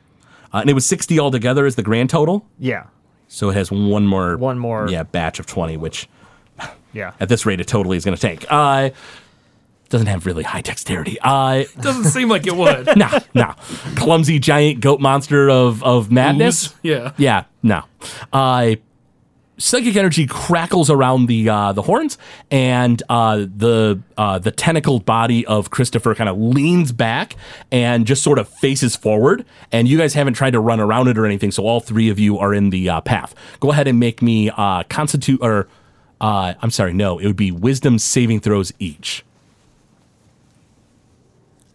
[SPEAKER 1] Uh, and it was 60 altogether is the grand total.
[SPEAKER 5] Yeah.
[SPEAKER 1] So it has one more.
[SPEAKER 5] One more.
[SPEAKER 1] Yeah, batch of 20, which
[SPEAKER 5] Yeah.
[SPEAKER 1] at this rate it totally is going to take. Uh, doesn't have really high dexterity. Uh,
[SPEAKER 3] Doesn't seem like it would.
[SPEAKER 1] nah, nah. Clumsy giant goat monster of, of madness.
[SPEAKER 3] Ooze. Yeah.
[SPEAKER 1] Yeah, no. Uh, psychic energy crackles around the uh, the horns, and uh, the uh, the tentacled body of Christopher kind of leans back and just sort of faces forward. And you guys haven't tried to run around it or anything, so all three of you are in the uh, path. Go ahead and make me uh, constitute or. Uh, I'm sorry, no, it would be wisdom saving throws each.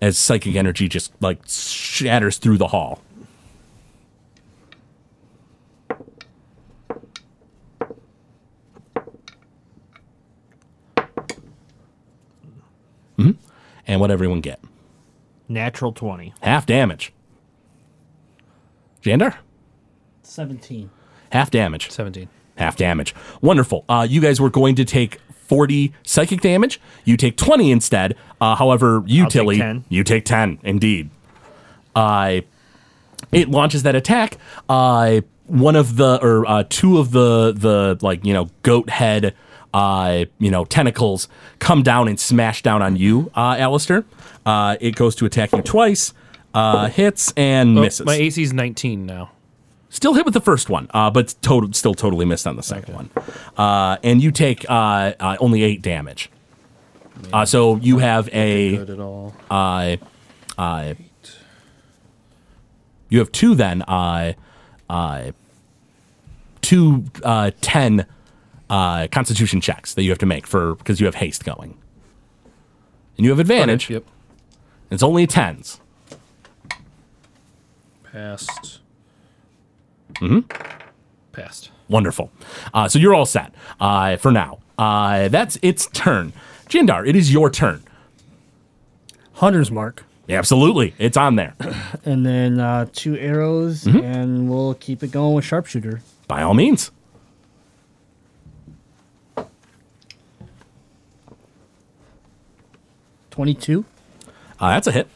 [SPEAKER 1] As psychic energy just like shatters through the hall. Hmm? And what everyone get?
[SPEAKER 5] Natural twenty.
[SPEAKER 1] Half damage. Jander?
[SPEAKER 4] 17.
[SPEAKER 1] Half damage.
[SPEAKER 3] 17.
[SPEAKER 1] Half damage. Wonderful. Uh, you guys were going to take 40 psychic damage. You take 20 instead. Uh, however, you,
[SPEAKER 5] take
[SPEAKER 1] Tilly,
[SPEAKER 5] 10.
[SPEAKER 1] you take 10, indeed. I. it launches that attack. Uh, one of the or uh, two of the the like you know goat head uh, you know tentacles come down and smash down on you, uh, Alistair. Uh, it goes to attack you twice, uh, hits and
[SPEAKER 3] Oh,
[SPEAKER 1] misses.
[SPEAKER 3] My AC is 19 now.
[SPEAKER 1] Still hit with the first one, uh, but total, still totally missed on the second one. Uh, and you take uh, uh, only eight damage. Uh, so you have a
[SPEAKER 3] Good at all.
[SPEAKER 1] uh, uh, you have two then uh, uh, two uh, ten uh, Constitution checks that you have to make for because you have haste going, and you have advantage.
[SPEAKER 3] Okay, Yep.
[SPEAKER 1] It's only tens.
[SPEAKER 3] Passed. Mm-hmm.
[SPEAKER 1] Mm-hmm.
[SPEAKER 3] Passed.
[SPEAKER 1] Wonderful. Uh, so you're all set uh, for now. Uh, that's its turn. Jindar, it is your turn.
[SPEAKER 4] Hunter's mark.
[SPEAKER 1] Absolutely. It's on there.
[SPEAKER 4] And then uh, two arrows,
[SPEAKER 1] Mm-hmm.
[SPEAKER 4] and we'll keep it going with sharpshooter.
[SPEAKER 1] By all means.
[SPEAKER 4] Twenty-two
[SPEAKER 1] Uh, that's a hit.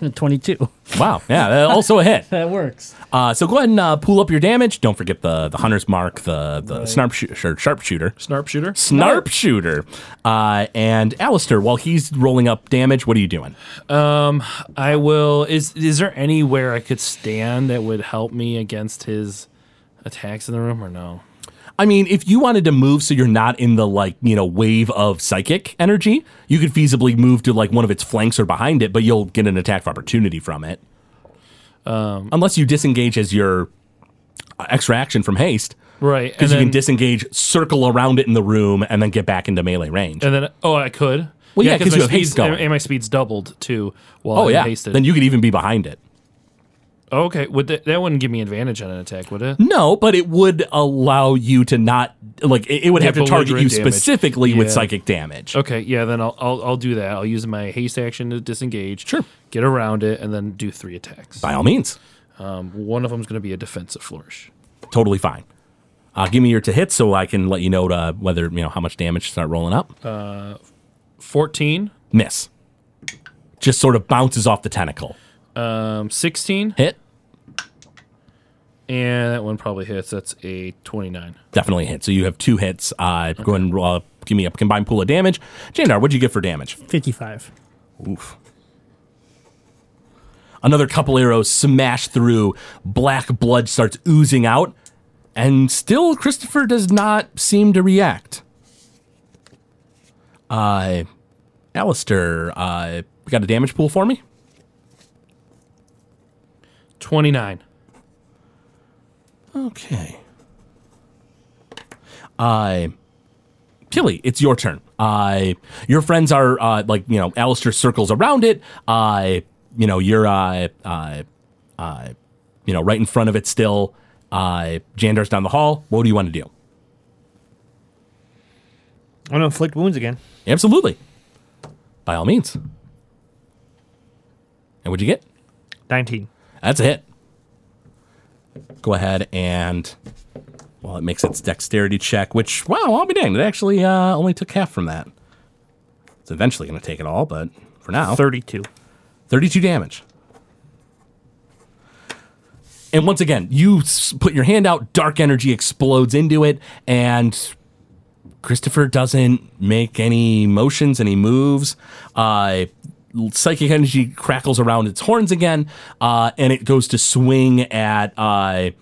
[SPEAKER 4] and twenty-two.
[SPEAKER 1] Wow. Yeah, that- also a hit.
[SPEAKER 4] That works.
[SPEAKER 1] Uh, so go ahead and uh, pull up your damage. Don't forget the, the hunter's mark, the, the snarp shoo- or sharpshooter.
[SPEAKER 3] Snarp shooter.
[SPEAKER 1] Snarp shooter. Uh, and Alistair, while he's rolling up damage, what are you doing?
[SPEAKER 3] Um, I will. Is is there anywhere I could stand that would help me against his attacks in the room or no?
[SPEAKER 1] I mean, if you wanted to move so you're not in the like, you know, wave of psychic energy, you could feasibly move to like one of its flanks or behind it, but you'll get an attack of opportunity from it.
[SPEAKER 3] Um,
[SPEAKER 1] Unless you disengage as your uh, extra action from haste,
[SPEAKER 3] Right.
[SPEAKER 1] because
[SPEAKER 3] and
[SPEAKER 1] you
[SPEAKER 3] then,
[SPEAKER 1] can disengage, circle around it in the room, and then get back into melee range.
[SPEAKER 3] And then oh, I could.
[SPEAKER 1] Well, yeah, 'cause
[SPEAKER 3] my
[SPEAKER 1] you have haste
[SPEAKER 3] speed's- and-
[SPEAKER 1] going.
[SPEAKER 3] and my speed's doubled too. While
[SPEAKER 1] oh
[SPEAKER 3] I'm
[SPEAKER 1] yeah,
[SPEAKER 3] hasted.
[SPEAKER 1] then you could even be behind it.
[SPEAKER 3] oh, okay, would that, that wouldn't give me advantage on an attack, would it?
[SPEAKER 1] No, but it would allow you to not like it, it would
[SPEAKER 3] Yeah,
[SPEAKER 1] have to target you
[SPEAKER 3] belligerent damage.
[SPEAKER 1] specifically with
[SPEAKER 3] Yeah.
[SPEAKER 1] psychic damage.
[SPEAKER 3] Okay, yeah, then I'll, I'll I'll do that. I'll use my haste action to disengage.
[SPEAKER 1] Sure.
[SPEAKER 3] Get around it and then do three attacks.
[SPEAKER 1] By all means.
[SPEAKER 3] Um, one of them's going to be a defensive flourish.
[SPEAKER 1] totally fine. Uh, give me your to hit so I can let you know to, whether you know how much damage to start rolling up.
[SPEAKER 3] 14,
[SPEAKER 1] Miss. Just sort of bounces off the tentacle.
[SPEAKER 3] um, 16,
[SPEAKER 1] Hit.
[SPEAKER 3] and that one probably hits. That's a 29.
[SPEAKER 1] Definitely hit. So you have two hits. Uh, Go ahead and roll, uh, give me a combined pool of damage. Jandar, what'd you get for damage?
[SPEAKER 4] 55.
[SPEAKER 1] Oof. Another couple arrows smash through. Black blood starts oozing out. And still, Christopher does not seem to react. Uh, Alistair, uh, got a damage pool for me?
[SPEAKER 3] 29.
[SPEAKER 1] Okay. Uh, Tilly, it's your turn. Uh, your friends are uh, like you know, Alistair circles around it. Uh, you know, you're uh, uh, uh, you know, right in front of it still. Uh, Jandar's down the hall. What do you want to do?
[SPEAKER 5] I'm gonna inflict wounds again.
[SPEAKER 1] Absolutely, by all means. And what'd you get?
[SPEAKER 5] 19.
[SPEAKER 1] That's a hit. Go ahead and well, it makes its dexterity check, which wow, I'll be danged. It actually uh, only took half from that. It's eventually going to take it all, but for now,
[SPEAKER 5] 32.
[SPEAKER 1] thirty-two damage. And once again, you s- put your hand out, dark energy explodes into it, and Christopher doesn't make any motions, any moves. Uh, psychic energy crackles around its horns again, uh, and it goes to swing at. Uh,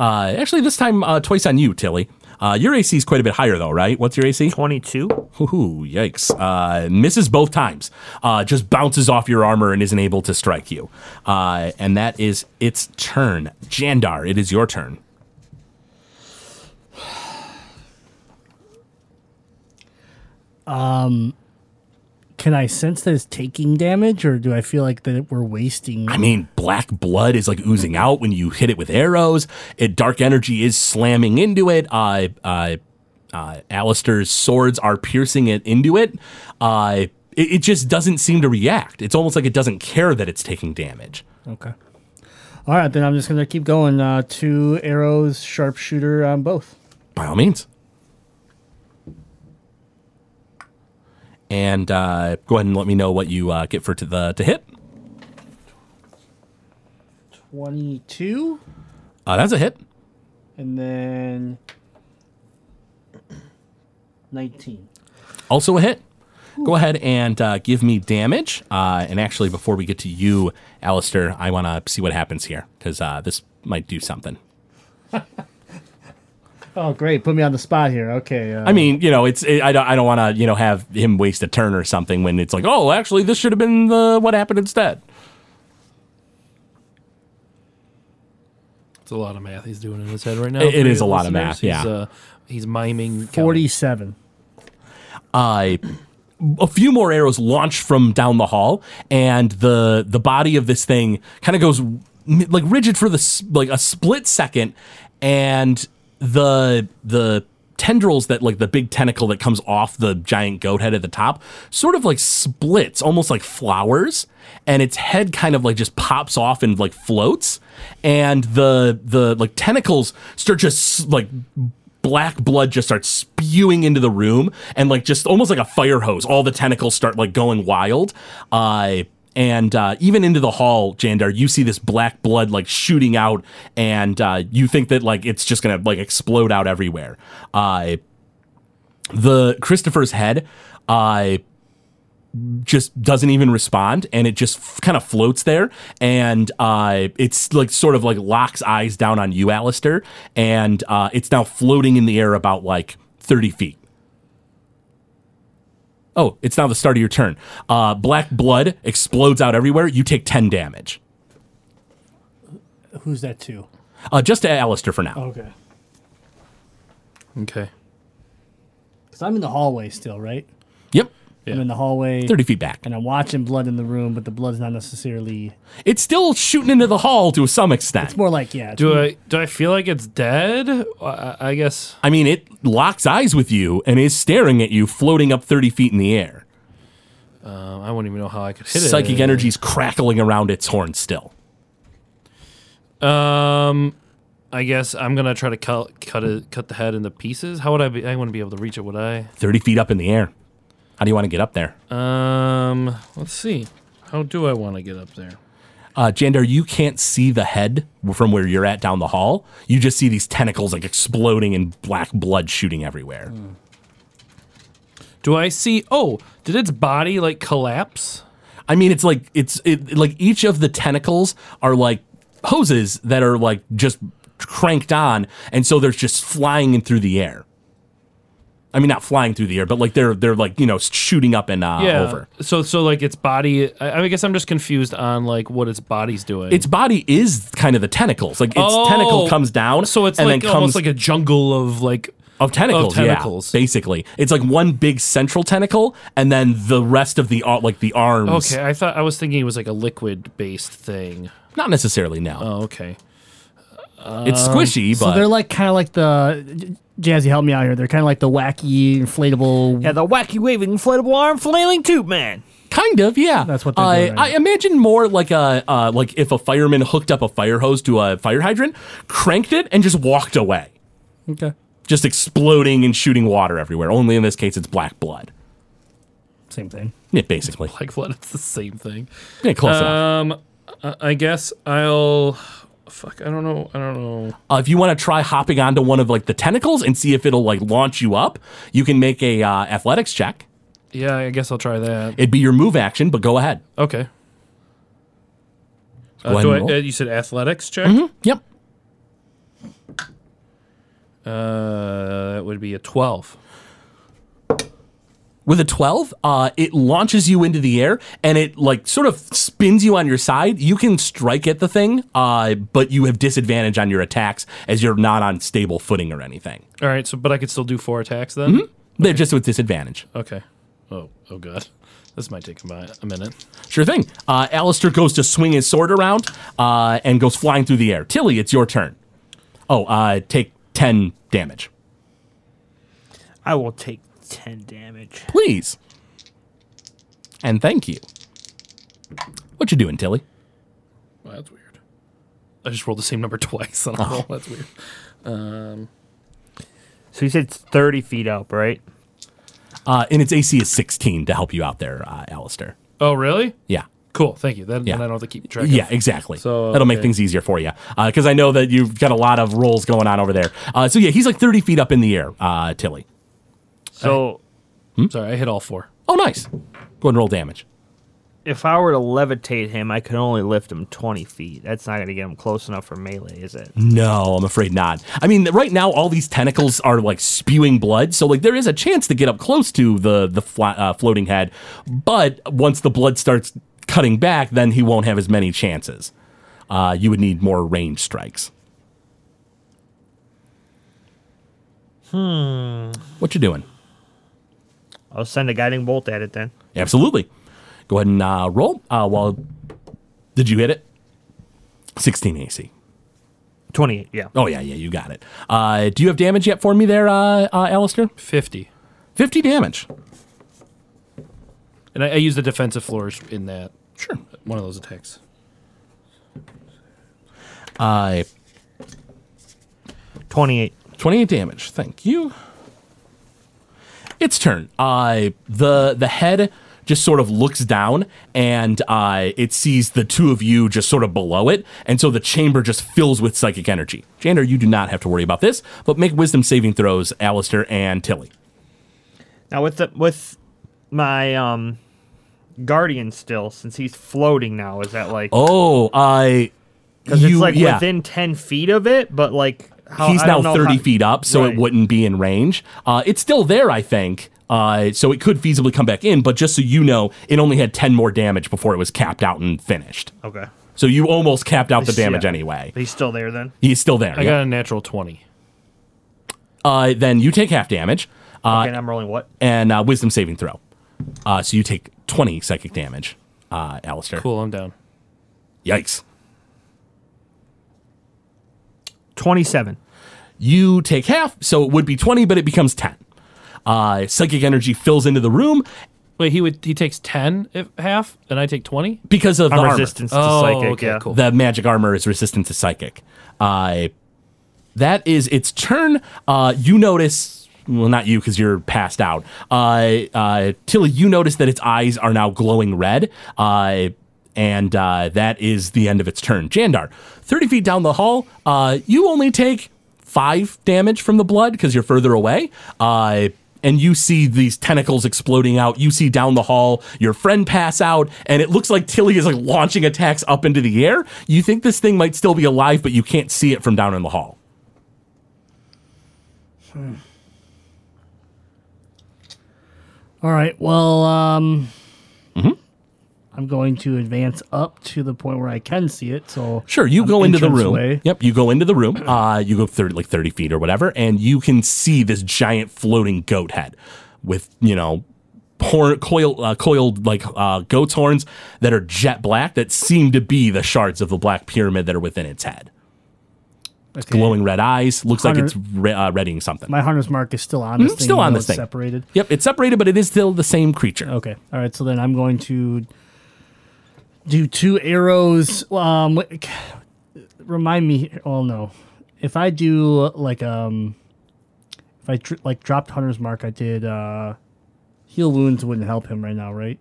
[SPEAKER 1] uh, actually, this time uh, twice on you, Tilly. Uh, your AC is quite a bit higher, though, right? What's your AC?
[SPEAKER 5] 22.
[SPEAKER 1] Ooh, yikes. Uh, misses both times. Uh, just bounces off your armor and isn't able to strike you. Uh, and that is its turn. Jandar, it is your turn.
[SPEAKER 4] Can I sense that it's taking damage, or do I feel like that we're wasting?
[SPEAKER 1] I mean, black blood is like oozing out when you hit it with arrows. It, dark energy is slamming into it. Uh, uh, uh, Alistair's swords are piercing it into it. Uh, it. It just doesn't seem to react. It's almost like it doesn't care that it's taking damage.
[SPEAKER 4] Okay. All right, then I'm just gonna keep going. Uh, two arrows, sharpshooter on both.
[SPEAKER 1] By all means. And uh, go ahead and let me know what you uh, get for to the to hit.
[SPEAKER 4] Twenty-two,
[SPEAKER 1] Uh, that's a hit.
[SPEAKER 4] and then nineteen.
[SPEAKER 1] Also a hit. Go ahead and uh, give me damage. Uh, and actually, before we get to you, Alistair, I want to see what happens here because uh, this might do something.
[SPEAKER 4] Oh, great! Put me on the spot here. Okay. Uh,
[SPEAKER 1] I mean, you know, it's it, I don't I don't want to you know have him waste a turn or something when it's like, oh, actually, this should have been the what happened instead.
[SPEAKER 3] It's a lot of math he's doing in his head right now.
[SPEAKER 1] It- it
[SPEAKER 3] for
[SPEAKER 1] is a
[SPEAKER 3] you
[SPEAKER 1] lot of
[SPEAKER 3] listeners.
[SPEAKER 1] math, yeah.
[SPEAKER 3] He's, uh, he's miming. counting.
[SPEAKER 4] forty-seven.
[SPEAKER 1] uh, a few more arrows launch from down the hall, and the the body of this thing kind of goes m- like rigid for the s- like a split second, and the the tendrils that like the big tentacle that comes off the giant goat head at the top sort of like splits almost like flowers and its head kind of like just pops off and like floats and the the like tentacles start just like black blood just starts spewing into the room and like just almost like a fire hose all the tentacles start like going wild uh, and uh, even into the hall jandar you see this black blood like shooting out and uh, you think that like it's just gonna like explode out everywhere uh, the christopher's head uh, just doesn't even respond and it just f- kind of floats there and uh, it's like sort of like locks eyes down on you Alistair and uh, it's now floating in the air about like 30 feet oh it's now the start of your turn uh, black blood explodes out everywhere you take 10 damage
[SPEAKER 4] Who's that to?
[SPEAKER 1] uh, just to Alistair for now
[SPEAKER 4] Okay.
[SPEAKER 3] Okay.
[SPEAKER 4] Because I'm in the hallway still, right?
[SPEAKER 1] yep
[SPEAKER 4] I'm in the hallway,
[SPEAKER 1] 30 feet back
[SPEAKER 4] and I'm watching blood in the room, but the blood's not necessarily.
[SPEAKER 1] it's still shooting into the hall to some extent
[SPEAKER 4] It's more like yeah. It's
[SPEAKER 3] Do I do I feel like it's dead? I, I guess.
[SPEAKER 1] I mean it locks eyes with you and is staring at you floating up 30 feet in the air
[SPEAKER 3] Um, I wouldn't even know how I could hit it.
[SPEAKER 1] psychic energy's crackling around its horn still.
[SPEAKER 3] Um, I guess I'm gonna try to cut cut it, cut the head into pieces. How would I be? I wouldn't be able to reach it, would I?
[SPEAKER 1] 30 feet up in the air. How do you want to get up there?
[SPEAKER 3] Um, let's see. How do I want to get up there?
[SPEAKER 1] Uh, Jander, you can't see the head from where you're at down the hall. You just see these tentacles like exploding and black blood shooting everywhere.
[SPEAKER 3] Hmm. Do I see? Oh, did its body like collapse?
[SPEAKER 1] I mean, it's like it's it, like each of the tentacles are like hoses that are like just cranked on, and so they're just flying in through the air. I mean, not flying through the air, but like they're they're like you know shooting up and uh,
[SPEAKER 3] Yeah.
[SPEAKER 1] over.
[SPEAKER 3] So, so like its body. I, I guess I'm just confused on like what its body's doing.
[SPEAKER 1] Its body is kind of the tentacles. Like its tentacle
[SPEAKER 3] Oh,
[SPEAKER 1] comes down,
[SPEAKER 3] so it's
[SPEAKER 1] and
[SPEAKER 3] like
[SPEAKER 1] then comes
[SPEAKER 3] almost like a jungle of like.
[SPEAKER 1] Of tentacles,
[SPEAKER 3] Of
[SPEAKER 1] yeah,
[SPEAKER 3] tentacles.
[SPEAKER 1] basically, it's like one big central tentacle, and then the rest of the ar- like the arms.
[SPEAKER 3] Okay, I thought I was thinking it was like a liquid based thing.
[SPEAKER 1] Not necessarily. No,
[SPEAKER 3] Oh, okay. Uh,
[SPEAKER 1] it's squishy,
[SPEAKER 4] So
[SPEAKER 1] but
[SPEAKER 4] they're like kind of like the Jazzy. Help me out here. They're kind of like the wacky inflatable.
[SPEAKER 5] Yeah, the wacky waving inflatable arm flailing tube man.
[SPEAKER 1] Kind of, yeah.
[SPEAKER 4] That's what they're
[SPEAKER 1] uh,
[SPEAKER 4] doing right
[SPEAKER 1] I imagine more like a uh, like if a fireman hooked up a fire hose to a fire hydrant, cranked it, and just walked away,
[SPEAKER 4] Okay.
[SPEAKER 1] just exploding and shooting water everywhere. Only in this case, it's black blood.
[SPEAKER 4] Same thing.
[SPEAKER 1] Yeah, basically.
[SPEAKER 3] Like what? It's the same thing.
[SPEAKER 1] Yeah, close enough.
[SPEAKER 3] Um, I I guess I'll. Fuck, I don't know. I don't know.
[SPEAKER 1] Uh, if you want to try hopping onto one of like the tentacles and see if it'll like launch you up, you can make a uh, athletics check.
[SPEAKER 3] Yeah, I guess I'll try that.
[SPEAKER 1] It'd be your move action, but go ahead.
[SPEAKER 3] Okay.
[SPEAKER 1] Go
[SPEAKER 3] Uh,
[SPEAKER 1] ahead
[SPEAKER 3] do I,
[SPEAKER 1] and
[SPEAKER 3] uh,
[SPEAKER 1] roll.
[SPEAKER 3] you said athletics check?
[SPEAKER 1] Yep.
[SPEAKER 3] Uh, that would be a 12.
[SPEAKER 1] with a 12 uh, it launches you into the air and it like sort of spins you on your side you can strike at the thing uh, but you have disadvantage on your attacks as you're not on stable footing or anything
[SPEAKER 3] All right, so but I could still do four attacks then?
[SPEAKER 1] they're just with disadvantage
[SPEAKER 3] Okay. Oh, oh god. This might take a, mi- a minute.
[SPEAKER 1] sure thing uh, Alistair goes to swing his sword around uh, and goes flying through the air tilly it's your turn oh uh, take 10 damage
[SPEAKER 5] I will take 10 damage.
[SPEAKER 1] please and thank you what you doing tilly
[SPEAKER 3] Wow, that's weird. I just rolled the same number twice on a
[SPEAKER 1] Uh-huh.
[SPEAKER 3] roll. That's weird. Um,
[SPEAKER 5] So you said it's 30 feet up, right?
[SPEAKER 1] uh, and its ac is 16 to help you out there uh, Alistair
[SPEAKER 3] Oh, really?
[SPEAKER 1] yeah
[SPEAKER 3] Cool. Thank you. Then,
[SPEAKER 1] Yeah.
[SPEAKER 3] then I don't have to keep track.
[SPEAKER 1] Yeah,
[SPEAKER 3] Of.
[SPEAKER 1] exactly.
[SPEAKER 3] So,
[SPEAKER 1] That'll make
[SPEAKER 3] okay.
[SPEAKER 1] things easier for you because I know that you've got a lot of rolls going on over there. Uh, so yeah, he's like thirty feet up in the air, uh, Tilly.
[SPEAKER 5] So
[SPEAKER 3] Sorry, I hit all four.
[SPEAKER 1] Oh, nice. Go ahead and roll damage.
[SPEAKER 5] if I were to levitate him, I could only lift him 20 feet. That's not going to get him close enough for melee, is
[SPEAKER 1] Mm.
[SPEAKER 5] it?
[SPEAKER 1] No, I'm afraid not. I mean, right now all these tentacles are like spewing blood, so like there is a chance to get up close to the the fla- uh, floating head, but once the blood starts cutting back, then he won't have as many chances. Uh, you would need more range strikes. Hmm. What you doing?
[SPEAKER 5] I'll send a guiding bolt at it then.
[SPEAKER 1] Absolutely. Go ahead and uh, roll. Uh, well, did you hit it? 16 AC.
[SPEAKER 5] 28, yeah.
[SPEAKER 1] Oh, yeah, yeah, you got it. Uh, do you have damage yet for me there, uh, uh, Alistair?
[SPEAKER 3] 50.
[SPEAKER 1] 50 damage.
[SPEAKER 3] And I, I used a defensive flourish in that
[SPEAKER 1] Sure.
[SPEAKER 3] one of those attacks.
[SPEAKER 1] Uh,
[SPEAKER 5] 28.
[SPEAKER 1] 28 damage. Thank you. Its turn. Uh, the the head just sort of looks down and uh, it sees the two of you just sort of below it, and so the chamber just fills with psychic energy. Jander, you do not have to worry about this, but make wisdom saving throws, Alistair and Tilly.
[SPEAKER 5] Now with the with my um guardian still since he's floating now, is that like
[SPEAKER 1] Oh, I.
[SPEAKER 5] Because it's
[SPEAKER 1] you-
[SPEAKER 5] like
[SPEAKER 1] yeah.
[SPEAKER 5] within ten feet of it, but like how,
[SPEAKER 1] He's
[SPEAKER 5] Oh, I don't
[SPEAKER 1] now
[SPEAKER 5] know
[SPEAKER 1] thirty
[SPEAKER 5] how-
[SPEAKER 1] feet up, so
[SPEAKER 5] Right.
[SPEAKER 1] it wouldn't be in range. Uh, it's still there, I think. Uh, so it could feasibly come back in, but just so you know, it only had ten more damage before it was capped out and finished.
[SPEAKER 5] Okay,
[SPEAKER 1] So you almost capped out the damage
[SPEAKER 5] Yeah.
[SPEAKER 1] anyway.
[SPEAKER 5] he's still there then.
[SPEAKER 1] He's still there.
[SPEAKER 3] I
[SPEAKER 1] yeah.
[SPEAKER 3] got a natural 20.
[SPEAKER 1] uh, then you take half damage uh,
[SPEAKER 5] okay, and I'm rolling what?
[SPEAKER 1] and uh, wisdom saving throw. Uh, so you take twenty psychic damage, uh, Alistair.
[SPEAKER 3] Cool, I'm down.
[SPEAKER 1] Yikes.
[SPEAKER 5] Twenty-seven.
[SPEAKER 1] you take half, so it would be 20, but it becomes 10. Uh, psychic energy fills into the room
[SPEAKER 3] Wait, he would he takes 10 if half and I take 20?
[SPEAKER 1] because of
[SPEAKER 5] I'm
[SPEAKER 1] the armor.
[SPEAKER 5] resistance
[SPEAKER 3] Oh,
[SPEAKER 5] to psychic.
[SPEAKER 3] okay,
[SPEAKER 5] yeah.
[SPEAKER 3] cool.
[SPEAKER 1] The magic armor is resistant to psychic. Uh, that is its turn. Uh, you notice well, not you because you're passed out. Uh, uh, Tilly, you notice that its eyes are now glowing red. Uh, and uh, that is the end of its turn. Jandar, 30 feet down the hall, uh, you only take five damage from the blood because you're further away. Uh, and you see these tentacles exploding out. You see down the hall your friend pass out, and it looks like Tilly is like launching attacks up into the air. You think this thing might still be alive, but you can't see it from down in the hall.
[SPEAKER 4] All right. Well, um,
[SPEAKER 1] Mm-hmm.
[SPEAKER 4] I'm going to advance up to the point where I can see it. So
[SPEAKER 1] Sure, you
[SPEAKER 4] I'm
[SPEAKER 1] go into the
[SPEAKER 4] Um, entrance
[SPEAKER 1] room.
[SPEAKER 4] away.
[SPEAKER 1] Yep, you go into the room. Uh, you go thirty like thirty feet or whatever, and you can see this giant floating goat head with you know hor coil, uh, coiled like uh, goat's horns that are jet black that seem to be the shards of the black pyramid that are within its head.
[SPEAKER 4] Okay.
[SPEAKER 1] Glowing red eyes. Looks like it's
[SPEAKER 4] Hunter-
[SPEAKER 1] re- uh, readying something.
[SPEAKER 4] My harness mark is still on this thing.
[SPEAKER 1] Mm-hmm, still
[SPEAKER 4] even
[SPEAKER 1] on
[SPEAKER 4] though
[SPEAKER 1] this
[SPEAKER 4] it's
[SPEAKER 1] thing.
[SPEAKER 4] Separated.
[SPEAKER 1] Yep, it's separated, but it is still the same creature.
[SPEAKER 4] Okay. All right. So then I'm going to do two arrows. Um, like, remind me. Oh no, if I do like um, if I tr- like dropped Hunter's Mark, I did uh, heal wounds wouldn't help him right now, right?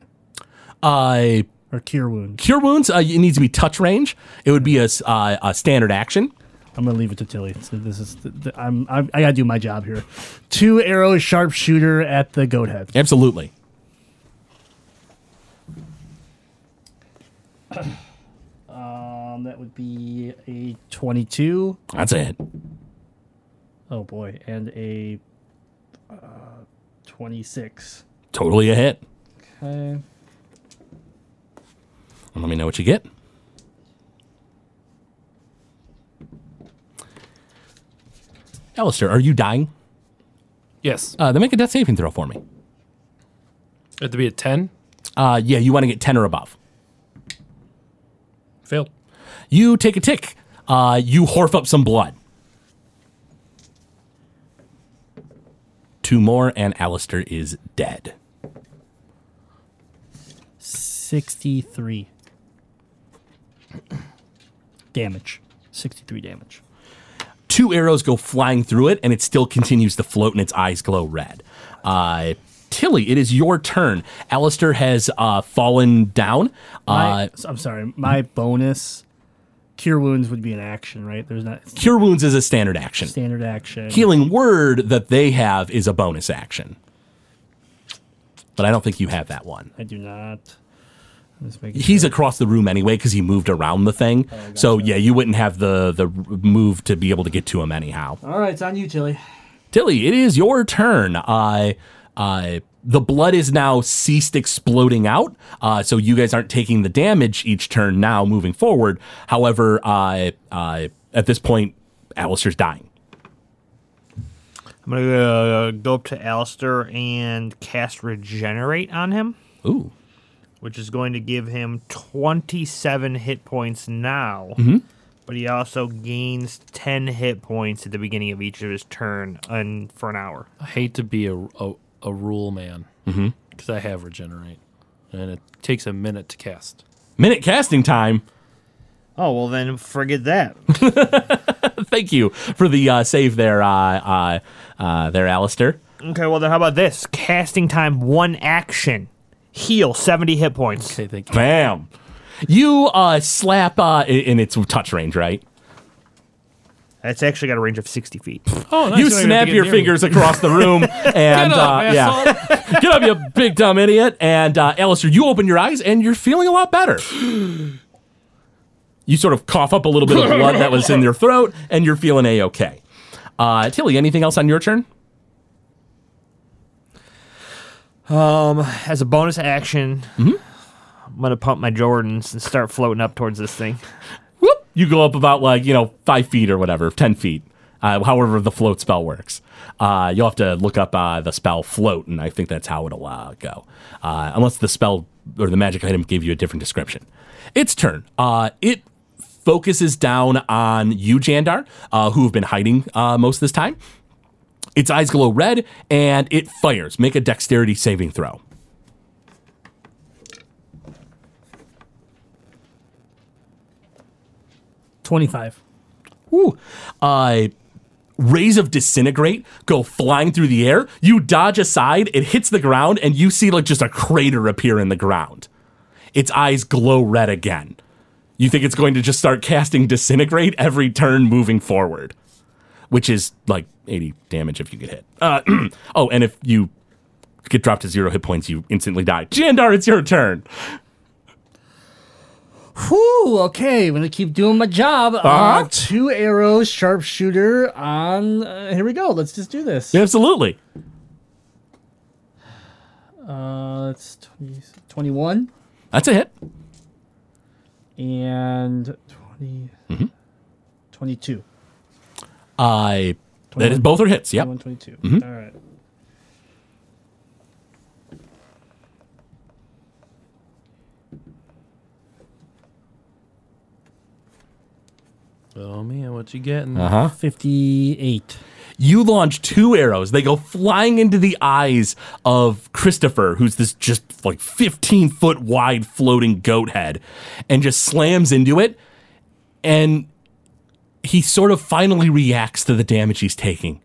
[SPEAKER 1] Uh,
[SPEAKER 4] Or cure wounds.
[SPEAKER 1] cure wounds. Uh, it needs to be touch range. It would be a s- uh, a standard action.
[SPEAKER 4] I'm gonna leave it to Tilly. So this is th- th- I'm, I'm I gotta do my job here. Two arrows, sharpshooter at the goat head.
[SPEAKER 1] Absolutely.
[SPEAKER 4] Um, that would be a 22.
[SPEAKER 1] That's a hit.
[SPEAKER 4] Oh boy, and a uh, 26.
[SPEAKER 1] Totally a hit.
[SPEAKER 4] Okay.
[SPEAKER 1] And let me know what you get. Alistair, are you dying?
[SPEAKER 3] Yes.
[SPEAKER 1] Uh, then make a death saving throw for me.
[SPEAKER 3] It had to be a 10.
[SPEAKER 1] Uh, yeah, you want to get 10 or above.
[SPEAKER 3] Failed.
[SPEAKER 1] You take a tick. Uh, you horf up some blood. Two more, and Alistair is dead.
[SPEAKER 4] 63 damage. 63 damage.
[SPEAKER 1] two arrows go flying through it, and it still continues to float, and its eyes glow red. Uh, Tilly, it is your turn. Alistair has uh, fallen down. Uh,
[SPEAKER 4] My- I'm sorry. My bonus cure wounds would be an action, right? There's not it's
[SPEAKER 1] Cure wounds is a standard action.
[SPEAKER 4] standard action.
[SPEAKER 1] Healing word that they have is a bonus action, but I don't think you have that one.
[SPEAKER 4] I do not. I'm just making
[SPEAKER 1] He's across the room anyway because he moved around the thing. So yeah, you wouldn't have the the move to be able to get to him anyhow.
[SPEAKER 4] All right, it's on you, Tilly.
[SPEAKER 1] Tilly, it is your turn. Uh, uh, the blood is now ceased exploding out, uh, so you guys aren't taking the damage each turn now moving forward. However, uh, uh, at this point, Alistair's dying.
[SPEAKER 5] I'm going to uh, go up to Alistair and cast Regenerate on him,
[SPEAKER 1] Ooh.
[SPEAKER 5] which is going to give him 27 hit points now. But he also gains 10 hit points at the beginning of each of his turn and for an hour.
[SPEAKER 3] I hate to be a, a, a rule man because
[SPEAKER 1] Mm-hmm.
[SPEAKER 3] I have regenerate, and it takes a minute to cast.
[SPEAKER 1] Minute casting time.
[SPEAKER 5] Oh, well, then forget that.
[SPEAKER 1] Thank you for the uh, save there, uh, uh, uh, there, Alistair.
[SPEAKER 5] okay, well, then how about this? Casting time, one action. Heal 70 hit points.
[SPEAKER 3] Okay, thank you.
[SPEAKER 1] Bam. You uh, slap, uh, i- and it's touch range, right?
[SPEAKER 5] That's actually got a range of 60 feet.
[SPEAKER 3] Oh,
[SPEAKER 1] you snap your fingers across the room, and uh, yeah. Get up, you big dumb idiot. And uh, Alistair, you open your eyes and you're feeling a lot better. You sort of cough up a little bit of blood that was in your throat and you're feeling A okay. Uh, Tilly, anything else on your turn?
[SPEAKER 5] As a bonus action, I'm going to pump my Jordans and start floating up towards this thing.
[SPEAKER 1] Whoop! You go up about like, you know, five feet or whatever, 10 feet, uh, however the float spell works. Uh, you'll have to look up uh, the spell float, and I think that's how it'll uh, go. Uh, unless the spell or the magic item gave you a different description. Its turn. Uh, it focuses down on you, Jandar, uh, who have been hiding uh, most of this time. Its eyes glow red, and it fires. Make a dexterity saving throw.
[SPEAKER 4] Twenty-five.
[SPEAKER 1] Woo. Uh, rays of disintegrate go flying through the air. You dodge aside, it hits the ground, and you see like just a crater appear in the ground. Its eyes glow red again. You think it's going to just start casting disintegrate every turn moving forward, which is like 80 damage if you get hit. Uh, oh, and if you get dropped to zero hit points, you instantly die. Jandar, it's your turn.
[SPEAKER 4] Whew, okay, I'm gonna keep doing my job. Uh,
[SPEAKER 1] Uh-huh.
[SPEAKER 4] two arrows, sharpshooter on. Uh, here we go. Let's just do this.
[SPEAKER 1] Absolutely.
[SPEAKER 4] Uh, it's 20, 21
[SPEAKER 1] That's a hit.
[SPEAKER 4] and 20, 22.
[SPEAKER 1] I. That is,
[SPEAKER 4] 21.
[SPEAKER 1] both are hits. Yep.
[SPEAKER 4] 21, 22. All right.
[SPEAKER 3] Oh man, what you getting?
[SPEAKER 1] Uh huh.
[SPEAKER 4] 58.
[SPEAKER 1] you launch two arrows. They go flying into the eyes of Christopher, who's this just like 15 foot wide floating goat head, and just slams into it. And he sort of finally reacts to the damage he's taking.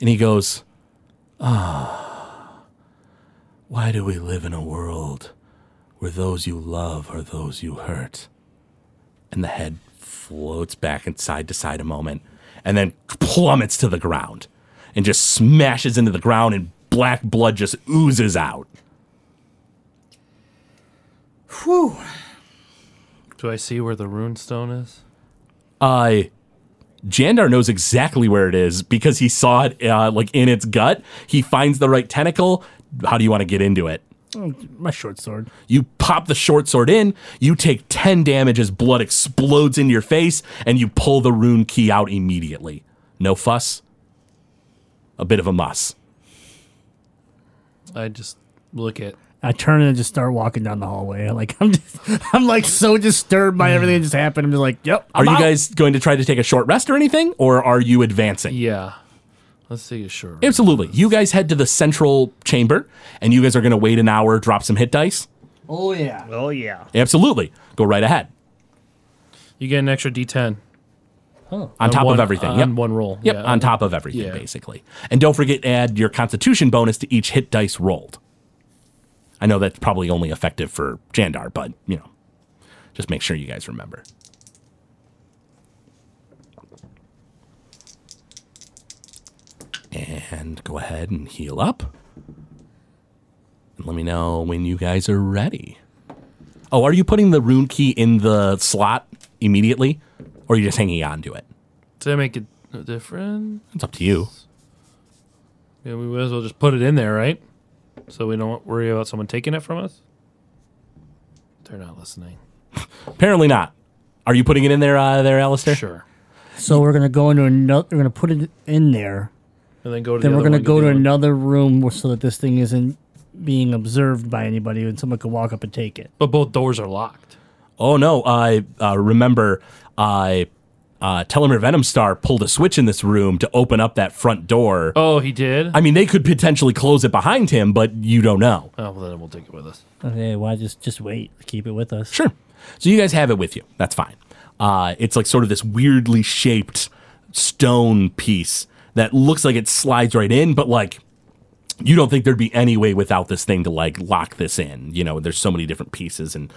[SPEAKER 1] And he goes, Ah, why do we live in a world where those you love are those you hurt? and the head floats back and side to side a moment and then plummets to the ground and just smashes into the ground and black blood just oozes out.
[SPEAKER 3] Do I see where the rune stone is?
[SPEAKER 1] Uh, Jandar knows exactly where it is because he saw it uh, like in its gut. He finds the right tentacle. How do you want to get into it?
[SPEAKER 4] Oh, My short sword.
[SPEAKER 1] You pop the short sword in, you take 10 damage as blood explodes into your face, and you pull the rune key out immediately. No fuss. A bit of a muss.
[SPEAKER 3] I just look at.
[SPEAKER 4] I turn and just start walking down the hallway. Like I'm, just, I'm like so disturbed by everything that just happened. I'm just like, yep.
[SPEAKER 1] Are
[SPEAKER 4] I'm
[SPEAKER 1] you
[SPEAKER 4] out.
[SPEAKER 1] guys going to try to take a short rest or anything, or are you advancing?
[SPEAKER 3] Yeah, let's take a short. rest.
[SPEAKER 1] Absolutely. You guys head to the central chamber, and you guys are going to wait an hour, drop some hit dice.
[SPEAKER 4] Oh yeah.
[SPEAKER 5] Oh yeah.
[SPEAKER 1] Absolutely. Go right ahead
[SPEAKER 3] You get an extra D10
[SPEAKER 1] on top
[SPEAKER 3] one- uh,
[SPEAKER 1] of everything.
[SPEAKER 3] on
[SPEAKER 1] yep.
[SPEAKER 3] one roll.
[SPEAKER 1] Yep.
[SPEAKER 3] yeah.
[SPEAKER 1] On top of everything,
[SPEAKER 3] Yeah.
[SPEAKER 1] basically. And don't forget to add your Constitution bonus to each hit dice rolled. I know that's probably only effective for Jandar, but you know, just make sure you guys remember. And go ahead and heal up. And let me know when you guys are ready. Oh, are you putting the rune key in the slot immediately? Or are you just hanging on to it?
[SPEAKER 3] Did I make it different?
[SPEAKER 1] It's up to you.
[SPEAKER 3] Yeah, we might as well just put it in there, right? So we don't worry about someone taking it from us. They're not listening.
[SPEAKER 1] Apparently not. Are you putting it in there, uh, there, Alistair?
[SPEAKER 3] Sure.
[SPEAKER 4] So we're gonna go into another. We're gonna put it in there.
[SPEAKER 3] And then go to.
[SPEAKER 4] Then
[SPEAKER 3] the
[SPEAKER 4] we're
[SPEAKER 3] other
[SPEAKER 4] gonna
[SPEAKER 3] one,
[SPEAKER 4] go
[SPEAKER 3] the
[SPEAKER 4] to
[SPEAKER 3] other one.
[SPEAKER 4] another room where- so that this thing isn't being observed by anybody, and someone could walk up and take it.
[SPEAKER 3] But both doors are locked.
[SPEAKER 1] Oh no! I uh, remember. I uh, Telomere Venom Star pulled a switch in this room to open up that front door.
[SPEAKER 3] Oh, he did.
[SPEAKER 1] I mean, they could potentially close it behind him, but you don't know.
[SPEAKER 3] oh, well, then we'll take it with us.
[SPEAKER 4] Okay, why just just wait? Keep it with us.
[SPEAKER 1] Sure. So you guys have it with you. That's fine. Uh, it's like sort of this weirdly shaped stone piece that looks like it slides right in, but like you don't think there'd be any way without this thing to like lock this in. You know, there's so many different pieces and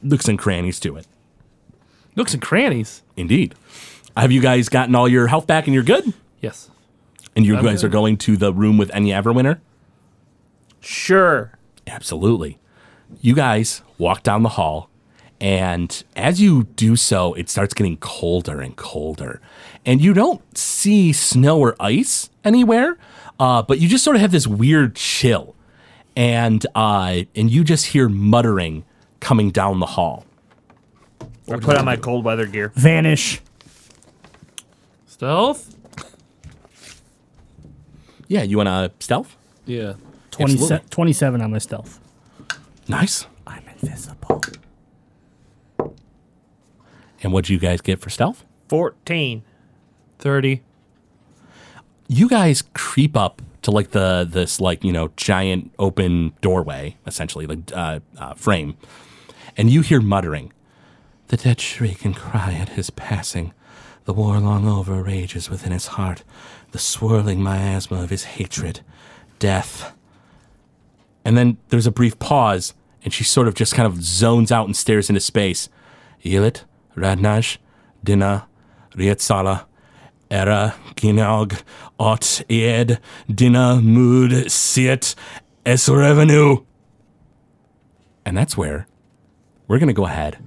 [SPEAKER 1] nooks and crannies to it.
[SPEAKER 3] Nooks and crannies.
[SPEAKER 1] Indeed. Have you guys gotten all your health back and you're good?
[SPEAKER 3] Yes.
[SPEAKER 1] And you guys
[SPEAKER 3] good.
[SPEAKER 1] are going to the room with Enya Everwinter?
[SPEAKER 5] Sure.
[SPEAKER 1] Absolutely. You guys walk down the hall, and as you do so, it starts getting colder and colder. And you don't see snow or ice anywhere, uh, but you just sort of have this weird chill. And uh, and you just hear muttering coming down the hall.
[SPEAKER 5] I put on my cold weather gear.
[SPEAKER 4] Vanish.
[SPEAKER 3] Stealth.
[SPEAKER 1] Yeah, you want to stealth?
[SPEAKER 3] Yeah.
[SPEAKER 4] 20 se-
[SPEAKER 1] Absolutely.
[SPEAKER 4] 27 on my stealth.
[SPEAKER 1] Nice.
[SPEAKER 4] I'm invisible.
[SPEAKER 1] And what do you guys get for stealth?
[SPEAKER 5] Fourteen.
[SPEAKER 3] Thirty.
[SPEAKER 1] you guys creep up to like the this like you know giant open doorway essentially like uh, uh, frame and you hear muttering the dead shriek and cry at his passing The war long over rages within his heart, the swirling miasma of his hatred, death. And then there's a brief pause, and she sort of just kind of zones out and stares into space. Yilit, Radnaj, Dina, Rietzala, Era, Ginog, Ot, Ied, Dina, Mood, Siet, Esrevenu. And that's where we're going to go ahead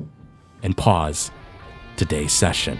[SPEAKER 1] and pause today's session.